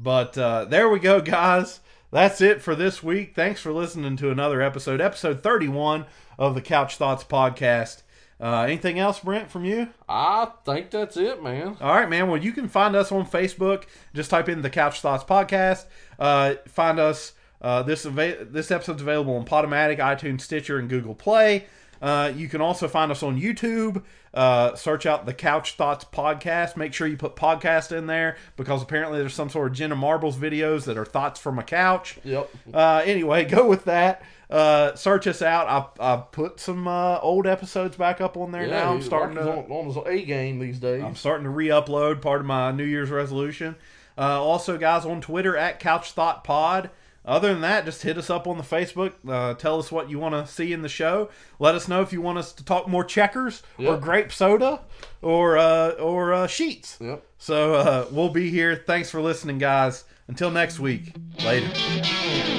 [SPEAKER 2] But uh, there we go, guys. That's it for this week. Thanks for listening to another episode, episode 31 of the Couch Thoughts podcast. Uh, anything else, Brent, from you?
[SPEAKER 3] I think that's it, man.
[SPEAKER 2] All right, man. Well, you can find us on Facebook. Just type in the Couch Thoughts Podcast. Uh, find us. Uh, this ava- this episode's available on Podomatic, iTunes, Stitcher, and Google Play. Uh, you can also find us on YouTube. Uh, search out the Couch Thoughts Podcast. Make sure you put podcast in there because apparently there's some sort of Jenna Marbles videos that are thoughts from a couch.
[SPEAKER 3] Yep.
[SPEAKER 2] Uh, anyway, *laughs* go with that. Uh, search us out. I, I put some uh, old episodes back up on there
[SPEAKER 3] Yeah,
[SPEAKER 2] now. I'm
[SPEAKER 3] he-
[SPEAKER 2] starting
[SPEAKER 3] Rocky's
[SPEAKER 2] to
[SPEAKER 3] on, on his A game these days.
[SPEAKER 2] I'm starting to re-upload part of my New Year's resolution. Uh, also, guys, on Twitter at CouchThoughtPod. Other than that, just hit us up on the Facebook. Uh, tell us what you want to see in the show. Let us know if you want us to talk more checkers or
[SPEAKER 3] Yep.
[SPEAKER 2] grape soda or uh, or uh, sheets.
[SPEAKER 3] Yep.
[SPEAKER 2] So uh, we'll be here. Thanks for listening, guys. Until next week. Later.